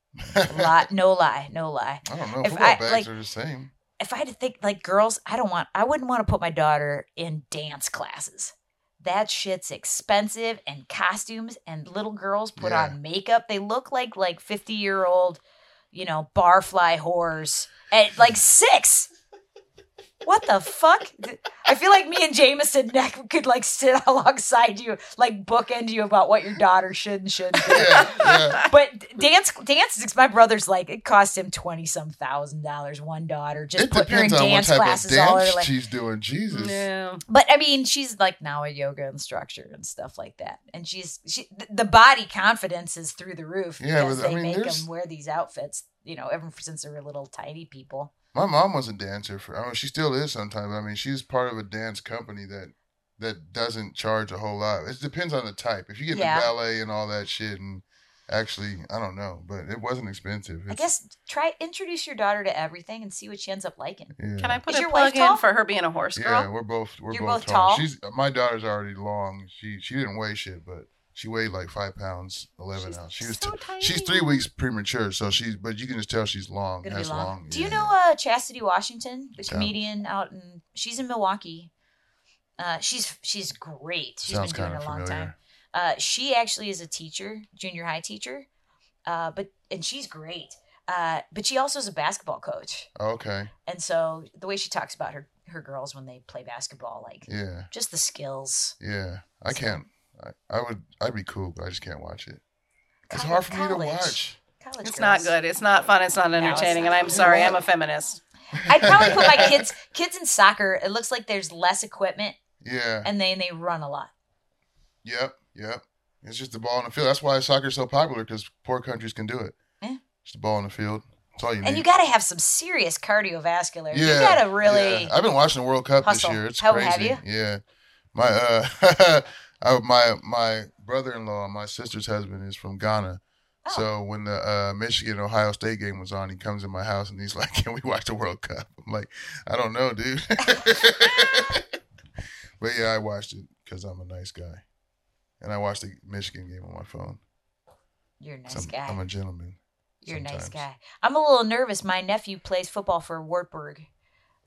Lot, no lie, no lie. I don't know. If Football I, bags like- are the same. If I had to think, like girls, I don't want. I wouldn't want to put my daughter in dance classes. That shit's expensive, and costumes, and little girls put Yeah. on makeup. They look like like fifty year old, you know, barfly whores at like six. what the fuck? Th- I feel like me and Jameson Neck could like sit alongside you, like bookend you about what your daughter should and shouldn't do. yeah, yeah. But dance, dance. is- My brother's like it cost him twenty some thousand dollars one daughter just It putting her in depends on what dance type of classes all her dance life. she's doing. Jesus. No. But I mean, she's like now a yoga instructor and stuff like that, and she's she th- the body confidence is through the roof Yeah, because but I they mean, make there's- them wear these outfits, you know, ever since they were little tiny people. My mom was a dancer for. I mean, she still is sometimes. I mean, she's part of a dance company that that doesn't charge a whole lot. It depends on the type. If you get Yeah. the ballet and all that shit, and actually, I don't know, but it wasn't expensive. I It's- guess try introduce your daughter to everything and see what she ends up liking. Yeah. Can I put Is a your wife plug tall? in for her being a horse Yeah, girl? we're both we're You're both, both tall. tall? She's my daughter's already long. She she didn't weigh shit, but she weighed like five pounds eleven She's ounce. She was so t- tiny. she's three weeks premature, so she's but you can just tell she's long. Gonna be Has long. long. Do you yeah. know uh, Chastity Washington, the Sounds- comedian out in? She's in Milwaukee. Uh, she's she's great. She's Sounds been doing kinda it a long time. familiar. Uh, she actually is a teacher, junior high teacher, uh, but and she's great. Uh, but she also is a basketball coach, Okay. and so the way she talks about her her girls when they play basketball, like Yeah. just the skills. Yeah. I So- can't. I, I would. I'd be cool, but I just can't watch it. It's Col- hard for me college- to watch. College It's girls. not good. It's not fun. It's not it's entertaining. not. and I'm sorry. I'm a feminist. I'd probably put my kids kids in soccer. It looks like there's less equipment, Yeah. and they and they run a lot. Yep. Yep. It's just the ball in the field. That's why soccer's so popular because poor countries can do it. Yeah. Just the ball in the field. That's all you need. And you got to have some serious cardiovascular. you Yeah, got to really. Yeah. I've been watching the World Cup hustle. this year. It's How crazy. have you? Yeah. My uh I, my my brother-in-law, my sister's husband is from Ghana. Oh. So when the uh, Michigan Ohio State game was on, he comes in my house and he's like, "Can we watch the World Cup?" I'm like, "I don't know, dude." but yeah, I watched it because I'm a nice guy, and I watched the Michigan game on my phone. You're a nice 'Cause I'm- guy. I'm a gentleman. You're a nice sometimes. guy. I'm a little nervous. My nephew plays football for Wartburg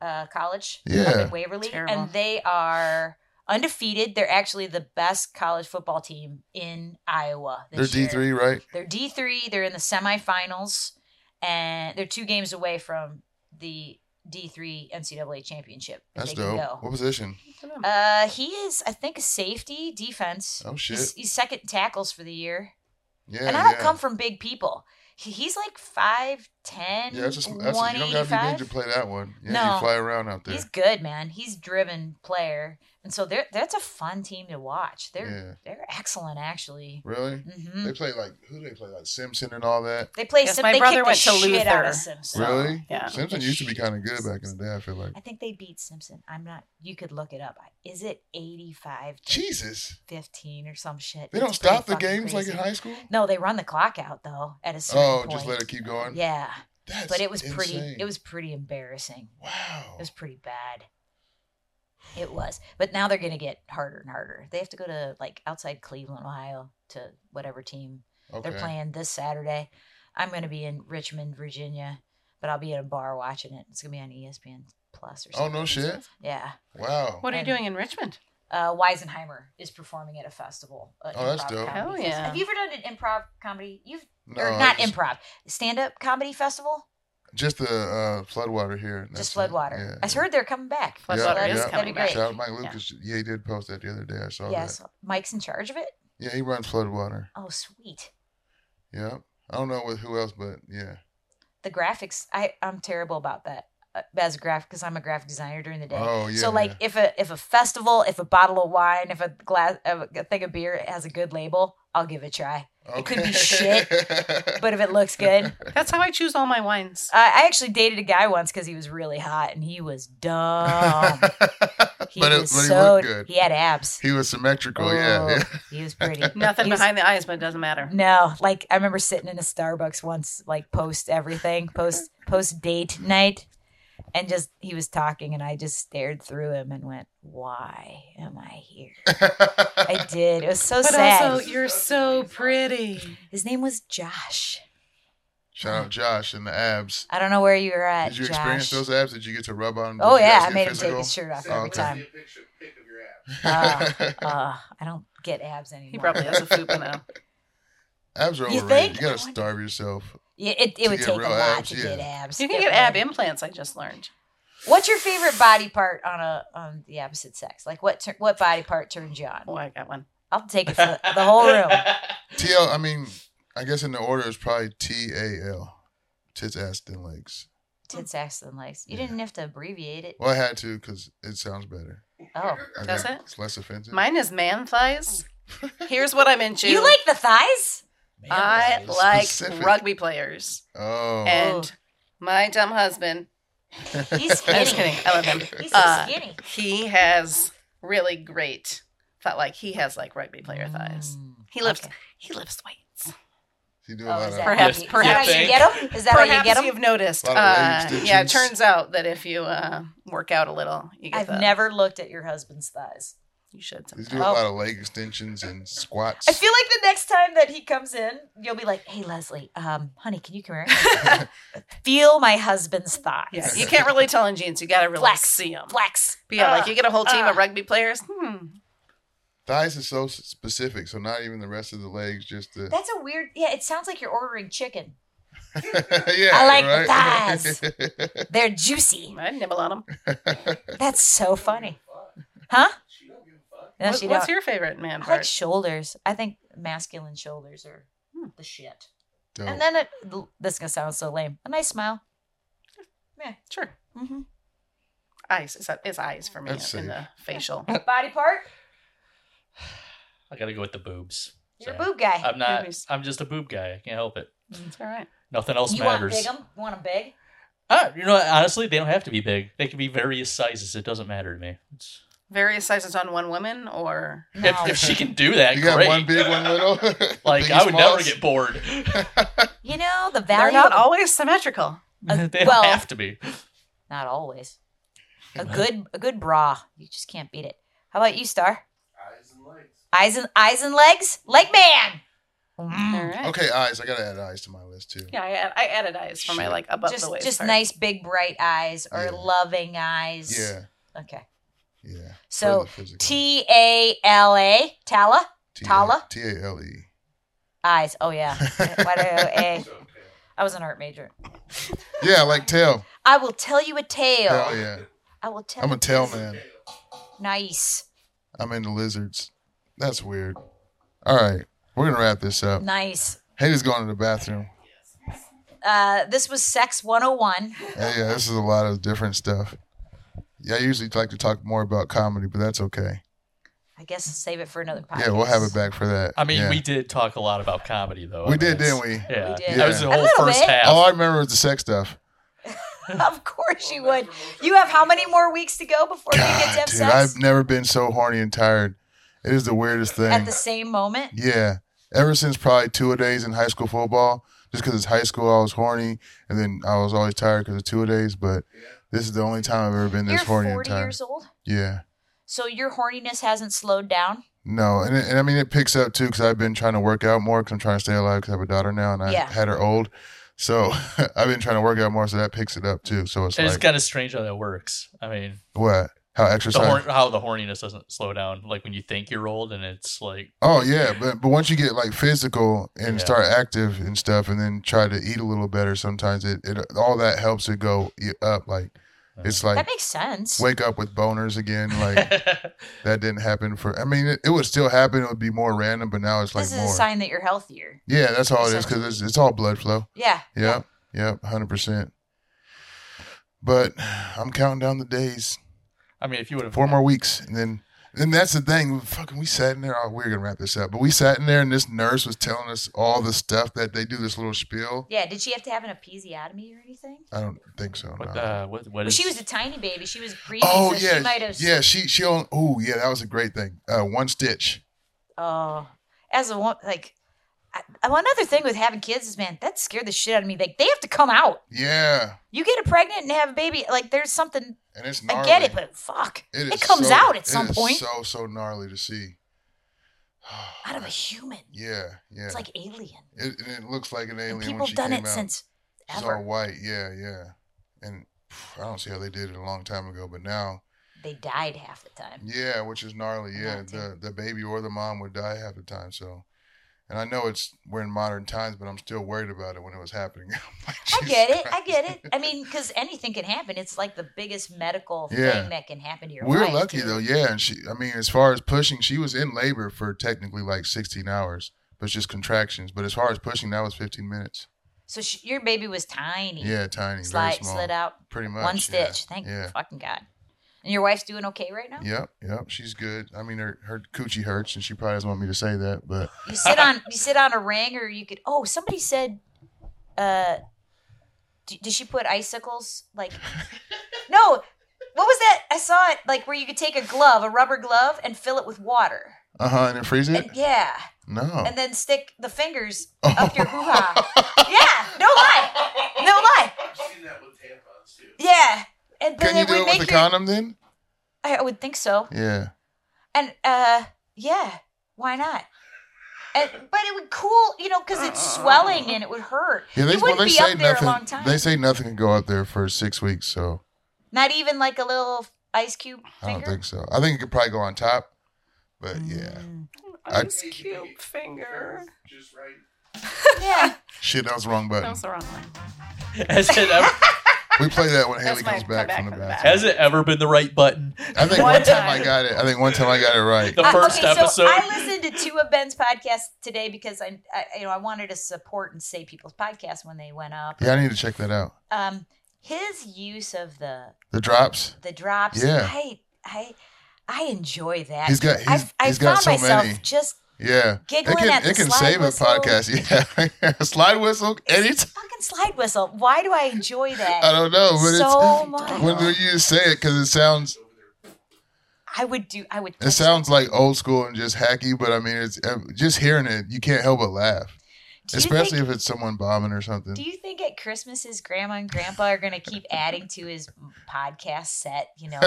uh, College up Yeah. in Waverly, Terrible. and they are undefeated. They're actually the best college football team in Iowa. They're this D year. three, right? They're D three. They're in the semifinals, and they're two games away from the D three NCAA championship. if That's they can dope. go. What position? Uh, he is, I think, a safety defense. Oh He's, shit! he's second in tackles for the year, Yeah, and I don't yeah. come from big people. He, he's like 5'10", Yeah, that's a, that's a, you don't gotta be 185. big to play that one. Yeah, No. you fly around out there. He's good, man. He's driven player, and so they're that's a fun team to watch. They're Yeah. they're excellent, actually. Really? hmm They play like who do they play like Simpson and all that. They play. Yes, Sim- my they brother kick went the to shit out of Luther. Simpson. Really? Uh, yeah. Simpson used to be kind of good back in the day. I feel like I think they beat Simpson. I'm not. You could look it up. Is it 85 to Jesus, 15 or some shit? they don't It's pretty stop the fucking games like in crazy. high school. No, they run the clock out though at a certain Oh, point. just let it keep going. Yeah, That's but it was pretty. insane. Oh. It was pretty embarrassing. wow. It was pretty bad. It was, but now they're gonna get harder and harder. They have to go to like outside Cleveland, Ohio, to whatever team okay. they're playing this Saturday. I'm gonna be in Richmond, Virginia, but I'll be at a bar watching it. It's gonna be on E ESPN Plus or Oh something. no shit! Yeah, Wow. What are you And- doing in Richmond? uh, Weisenheimer is performing at a festival. uh, Oh, that's improv dope. comedy Hell fest. yeah. Have you ever done an improv comedy? You've No, or I not just, improv, stand up comedy festival. Just the uh, floodwater here. just That's it. floodwater. Yeah. I heard they're coming back. Floodwater Yeah, Floodwater is yeah. coming That'd be great. back. Shout out Mike Lucas. Yeah, he did post that the other day. I saw Yes, Mike's in charge of it. that. Yeah, he runs floodwater. Oh, sweet. Yeah. I don't know with who else, but yeah. The graphics. I I'm terrible about that uh, as a graphic because I'm a graphic designer during the day. Oh yeah. so like yeah. if a if a festival, if a bottle of wine, if a glass, of a thing of beer has a good label, I'll give it a try. it could be shit, But if it looks good, That's how I choose all my wines. I, I actually dated a guy once because he was really hot and he was dumb. He But it- was but he so looked good. he had abs. he was symmetrical. Yeah, Oh, yeah. he was pretty. Nothing He was- behind the eyes, but it doesn't matter. No, like I remember sitting in a Starbucks once, like post everything, post post date night, and just he was talking, and I just stared through him and went, "Why am I here?" I did. It was so But sad. also, you're so pretty. His name was Josh. Shout out Josh and the abs. I don't know where you were at. Did you Josh. experience those abs? Did you get to rub on? Oh Did you yeah, guys I get made him take physical? his shirt off Oh, every okay. time. a picture, pic of your abs. Oh. Uh, I don't get abs anymore. He probably has a fupa now. abs are overrated. You You, think? I gotta wonder- starve yourself. Yeah, it, it To would get take a real lot abs, to yeah. get abs. You can It get ab would. implants, I just learned. What's your favorite body part on a on the opposite sex? Like what tur- what body part turns you on? Oh, I got one. I'll take it for the whole room. TL, I mean, I guess in the order is probably T A L. Tits, ass, then legs. Tits, ass, and legs. You didn't have to abbreviate it. Well, I had to because it sounds better. Oh, I Does got- it? It's less offensive. Mine is man thighs. Here's what I'm into. you like the thighs? Man, I that is- like specific. rugby players. oh. And my dumb husband, He's I'm skinny. just kidding. I love him. He's so Uh, skinny. He has really great felt like he has like rugby Uh, player thighs. Mm, He lifts okay. he lifts weights. She do a Oh, lot is of. that Perhaps- how you, perhaps- Is that how you get them? Is that how you Perhaps get them? have noticed. A lot of Uh, leg yeah, it extensions. turns out that if you uh, work out a little, you get I've the- never looked at your husband's thighs. you should He's sometimes. doing a lot of leg extensions and squats. I feel like the next time that he comes in, you'll be like, "Hey, Leslie, um, honey, can you come here? Feel my husband's thighs. Yeah, you can't really tell in jeans. You gotta really Flex. see them. Flex. But yeah, like Uh, you get a whole team uh. of rugby players. Hmm. Thighs is so s- specific, so not even the rest of the legs, just the. That's a weird. Yeah, it sounds like you're ordering chicken. yeah. I like right? the They're juicy. I nibble on them. That's so funny, huh? She don't give a fuck. No, What- she what's don't. your favorite man I like part? shoulders. I think masculine shoulders are Hmm. Oh. the shit. Dope. And then it, this is gonna sound so lame. A nice smile. sure, hmm eyes. It's, it's eyes for me in That's safe. the facial. Body part. I gotta go with the boobs. You're a So, boob guy. I'm not. Boobies. I'm just a boob guy. I can't help it. It's all right. Nothing else you matters. want big 'em? You want 'em big? Ah, you know, what? honestly, they don't have to be big. They can be various sizes. It doesn't matter to me. It's, Various sizes on one woman, or if, if she can do that, you got great. one big, one little. like Biggie I would never Smalls? get bored. You know the they're value. not of- always symmetrical. Uh, they don't well- have to be. not always. A Mm-hmm. good a good bra. You just can't beat it. How about you, Star? Eyes and legs. Eyes and eyes and legs, leg man. Mm. All right. Okay, eyes. I gotta add eyes to my list too. Yeah, I, add, I added eyes for my Sure. like above Just the waist. just part. nice big bright eyes or Yeah. loving eyes. Yeah, Okay. yeah. So Further physical. T A L A Tala T- Tala? T A L E. eyes. Oh yeah. Why do I- So, okay. I was an art major. Yeah, like tail. I will tell you a tale. Hell yeah. I will tell. I'm a tail man. nice, I'm into lizards. That's weird. All right, we're gonna wrap this up. nice. Haley's going to the bathroom. Uh, this was Sex 101. Yeah, yeah, this is a lot of different stuff. Yeah, I usually like to talk more about comedy, but that's okay. I guess save it for another podcast. Yeah, we'll have it back for that. I mean, Yeah. we did talk a lot about comedy, though. I we mean, did, it's- didn't we? Yeah, We did. that was Yeah. Oh, A the whole little first bit. half. All I remember was the sex stuff. of course you would. You have how many more weeks to go before we get to God, have dude, sex I've never been so horny and tired. It is the weirdest thing. at the same moment? Yeah. Ever since probably two a days in high school football, just because it's high school, I was horny, and then I was always tired because of two a days. But this is the only time I've ever been this You're horny 40 and tired. years old, Yeah. so your horniness hasn't slowed down. No, and, it, and I mean it picks up too because I've been trying to work out more because I'm trying to stay alive because I have a daughter now and I Yeah. had her old, so I've been trying to work out more so that picks it up too. So it's It's like kind of strange how that works. I mean, what how the exercise? horn, how the horniness doesn't slow down. Like when you think you're old, and it's like oh yeah, but but once you get like physical and Yeah. start active and stuff, and then try to eat a little better, sometimes it, it all that helps it go e- up. Like uh, it's like that makes sense. wake up with boners again. Like that didn't happen for. I mean, it, it would still happen. It would be more random, but now it's like this is more. a sign that you're healthier. yeah, that's all it is because it's, it's all blood flow. Yeah. Yep. Yep. Hundred percent. But I'm counting down the days. I mean, if you would have Four more weeks, and then then that's the thing. Fucking, we sat in there. Oh, we are gonna wrap this up, but we sat in there, and this nurse was telling us all the stuff that they do. This little spiel. Yeah. Did she have to have an episiotomy or anything? I don't think so. no. What the? What, what Well, is? she was a tiny baby. She was breathing. Oh so yeah, She might have. yeah. She she. Oh yeah, that was a great thing. Uh, one stitch. Oh, as a woman, like. I, I- one other thing with having kids is, man, that scared the shit out of me. Like, they have to come out. Yeah, You get pregnant and have a baby, like, there's something. and it's gnarly. I get it, but fuck. It, it is comes so- out at it some is point. So so gnarly to see. out of a human. Yeah, yeah. It's like alien. it, and it looks like an alien. And when people she have done came it out. since It's ever. all white, yeah, yeah. And pff, I don't see how they did it a long time ago, but now, They died half the time. yeah, which is gnarly. Yeah, Not too- the the baby or the mom would die half the time, so And I know it's we're in modern times, but I'm still worried about it when it was happening. I'm like, I get Jesus it. I Christ. get it. I mean, because anything can happen. It's like the biggest medical Yeah. thing that can happen to your We were life, lucky dude. though, yeah. And she, I mean, as far as pushing, she was in labor for technically like 16 hours, but it's just contractions. But as far as pushing, that was 15 minutes. So sh- your baby was tiny. Yeah, tiny, very Slide, small, slid out pretty much one yeah. stitch. Thank yeah. fucking God. And your wife's doing okay right now? Yep, yep, she's good. I mean, her her coochie hurts, and she probably doesn't want me to say that, but You sit on you sit on a ring, or you could. Oh, somebody said, uh, d- did she put icicles? Like, no. What was that? I saw it like where you could take a glove, a rubber glove, and fill it with water. uh huh, and it freezes it. And yeah, No, and then stick the fingers up your hoo ha. Yeah, no lie, no lie. I've seen that with tampons too. Yeah, and then Can you would do it make with a your- condom then? I would think so. Yeah, And uh, yeah, why not? And, but it would cool, you know, because it's Uh-uh. swelling and it would hurt. yeah. They, you well, wouldn't they be say up there nothing. a long time. They say nothing can go up there for six weeks, so Not even like a little ice cube I don't finger. think so. I think it could probably go on top, but yeah, Mm. I- Ice cube finger. Just right. Yeah. shit, that was the wrong That button. was the wrong one. Has it ever, We play that when That's Haley my- comes come back, back from the from the bathroom. has it ever been the right button? I think one One time time. I got it. I think one time I got it right. The I- first okay, episode. so I listened to two of Ben's podcasts today because I, I, you know, I wanted to support and say people's podcasts when they went up. Yeah, I need to check that out. Um, his use of the The drops. the drops, Yeah. I, I, I enjoy that. He's got- I- he's- I he's got found so myself many. just Yeah, Giggling it can at the it can slide save whistle. a podcast. Yeah, slide whistle. Any It's fucking slide whistle. Why do I enjoy I that don't know, but so it's much? when do you say it because it sounds I would do. I would. it sounds like old school and just hacky, but I mean it's uh, just hearing it, you can't help but laugh, Do you especially think- if it's someone bombing or something. Do you think at Christmas his grandma and grandpa are going to keep adding to his podcast set? You know,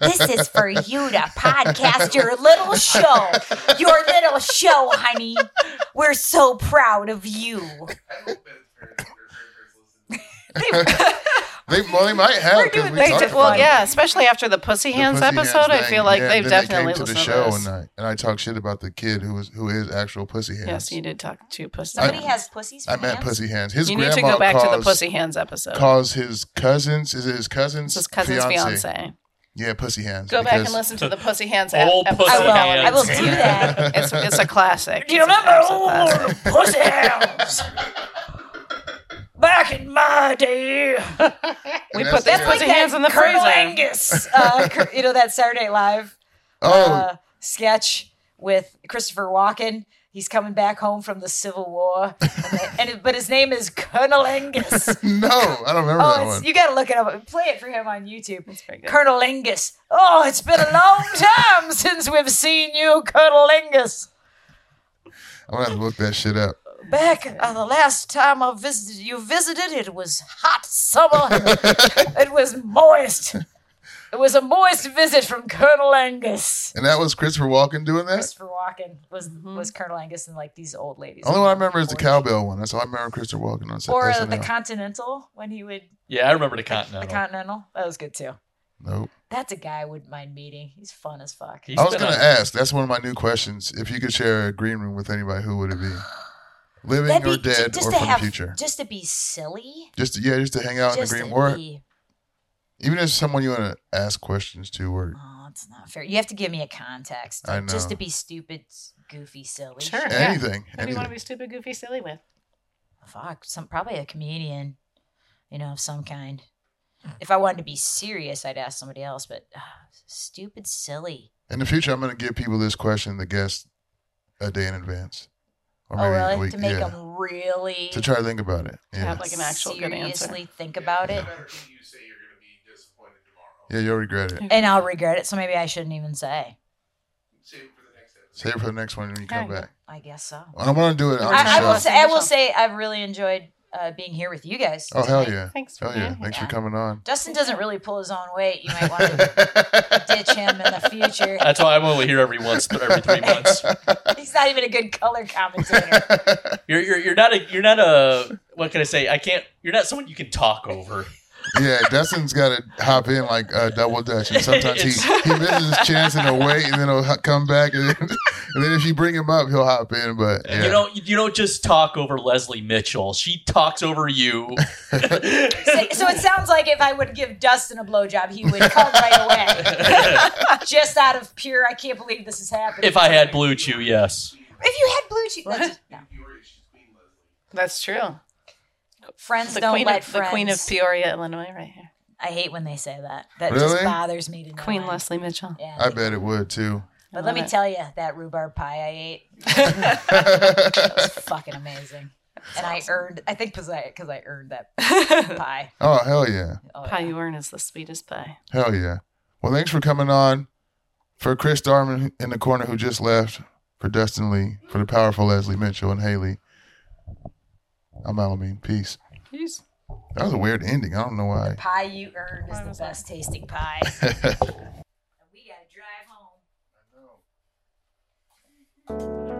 this is for you to podcast your little show, your little show, honey. We're so proud of you. I hope Ben's parents or grandparents listen to this. they well, they might have. We're 'cause doing we They Sorry talked did, about well, it. yeah, especially after the Pussy The Hands Pussy episode, I Hands feel thing. like Yeah, then they've they definitely came to listened the show to this. and uh, I and I talked shit about the kid who was who is actual pussy hands. Yes, you did talk to Pussy Somebody Hands. has pussies. For I meant hands? pussy hands. His you need grandma to go back caused, to the Pussy Hands episode. caused his cousins. Is it his cousins? It's his cousin's fiance. Yeah, pussy hands. Go back and because- listen to the Pussy Hands ep- Old episode. pussy I will. I will hands. do that. It's, it's a classic. Do you It's an remember absolute classic. old pussy hounds? Back in my day, We And put that's these the- pussy hands in the Colonel freezer. Angus, uh, cur- you know that Saturday Night Live Oh, uh, sketch with Christopher Walken. He's coming back home from the Civil War, and, and but his name is Colonel Angus. no, I don't remember that Oh, one. it's, you got to look it up. Play it for him on YouTube. That's very good. Colonel Angus. Oh, it's been a long time since we've seen you, Colonel Angus. I'm gonna have to look that shit up. Back uh, the last time I visited, you visited. It was hot summer. it was moist. It was a moist visit from Colonel Angus. And that was Christopher Walken doing that. Christopher Walken was Mm-hmm. was Colonel Angus and like these old ladies. Only one I remember is the cowbell one. That's all I remember Christopher Walken on. Or uh, SNL. the Continental when he would yeah, I remember the the continental. Continental. That was good too. nope. That's a guy I wouldn't mind meeting. He's fun as fuck. He's I was been gonna on- ask. That's one of my new questions. If you could share a green room with anybody, who would it be? Living That'd or be- ju- dead, or to from have- the future? Just to be silly. Just to, yeah, just to hang out in the Just green to or be- even if it's someone you want to ask questions to, or Oh, it's not fair. You have to give me a context. I Just to know. be stupid, goofy, silly. Sure. Yeah. anything, Who do you want anything. to be stupid, goofy, silly with? fuck some probably a comedian you know of some kind if i wanted to be serious i'd ask somebody else but uh, stupid silly In the future, I'm gonna give people this question, the guest, a day in advance, or oh maybe really a week. to make yeah, them really to try to think about it. have, Yeah, like, an actual good answer. seriously think about it It's better if you say you're going to be disappointed tomorrow. yeah, you'll regret it. and i'll regret it so maybe i shouldn't even say Save it for the next episode. Save it for the next one when you come Okay. back. i guess so And I want to do it on Return the I, I show. will yourself. say i will say i've really enjoyed uh, being here with you guys oh hell tonight. yeah, Thanks for hell yeah! being here. Thanks for coming on. justin doesn't really pull his own weight you might want to ditch him in the future That's why I'm only here every once, every three months. he's not even a good color commentator You're, you're, you're not a you're not a what can I say? I can't. You're not someone you can talk over. Yeah, Dustin's got to hop in like a double dutch, and sometimes he, he misses his chance and he'll wait, and then he'll h- come back, and then, and then if you bring him up, he'll hop in. But yeah. You don't you don't just talk over Leslie Mitchell. She talks over you. So, so it sounds like if I would give Dustin a blowjob, he would come right away. Just out of pure, I can't believe this is happening. if I had blue chew, yes. If you had blue cheese, that's- no. Peoria, she's Queen Leslie. That's true. friends The don't queen, let of, the friends. queen of Peoria, Illinois, right here. I hate when they say that. That Really? just bothers me to know. Queen Leslie Mitchell. Yeah. I bet it would too. But let me Love it. tell you, that rhubarb pie I ate was fucking amazing. And I earned, I think because I, 'cause I earned that pie. oh hell yeah, Oh, Pie yeah. you earn is the sweetest pie. hell yeah. Well, thanks for coming on. For Chris Darman in the corner who just left, for Dustin Lee, for the powerful Leslie Mitchell and Haley. I'm Alameen. Peace. Jeez. That was a weird ending. I don't know why. Pie you earned Why is was the that? best tasting pie. we got to drive home. I know. Oh, Uh,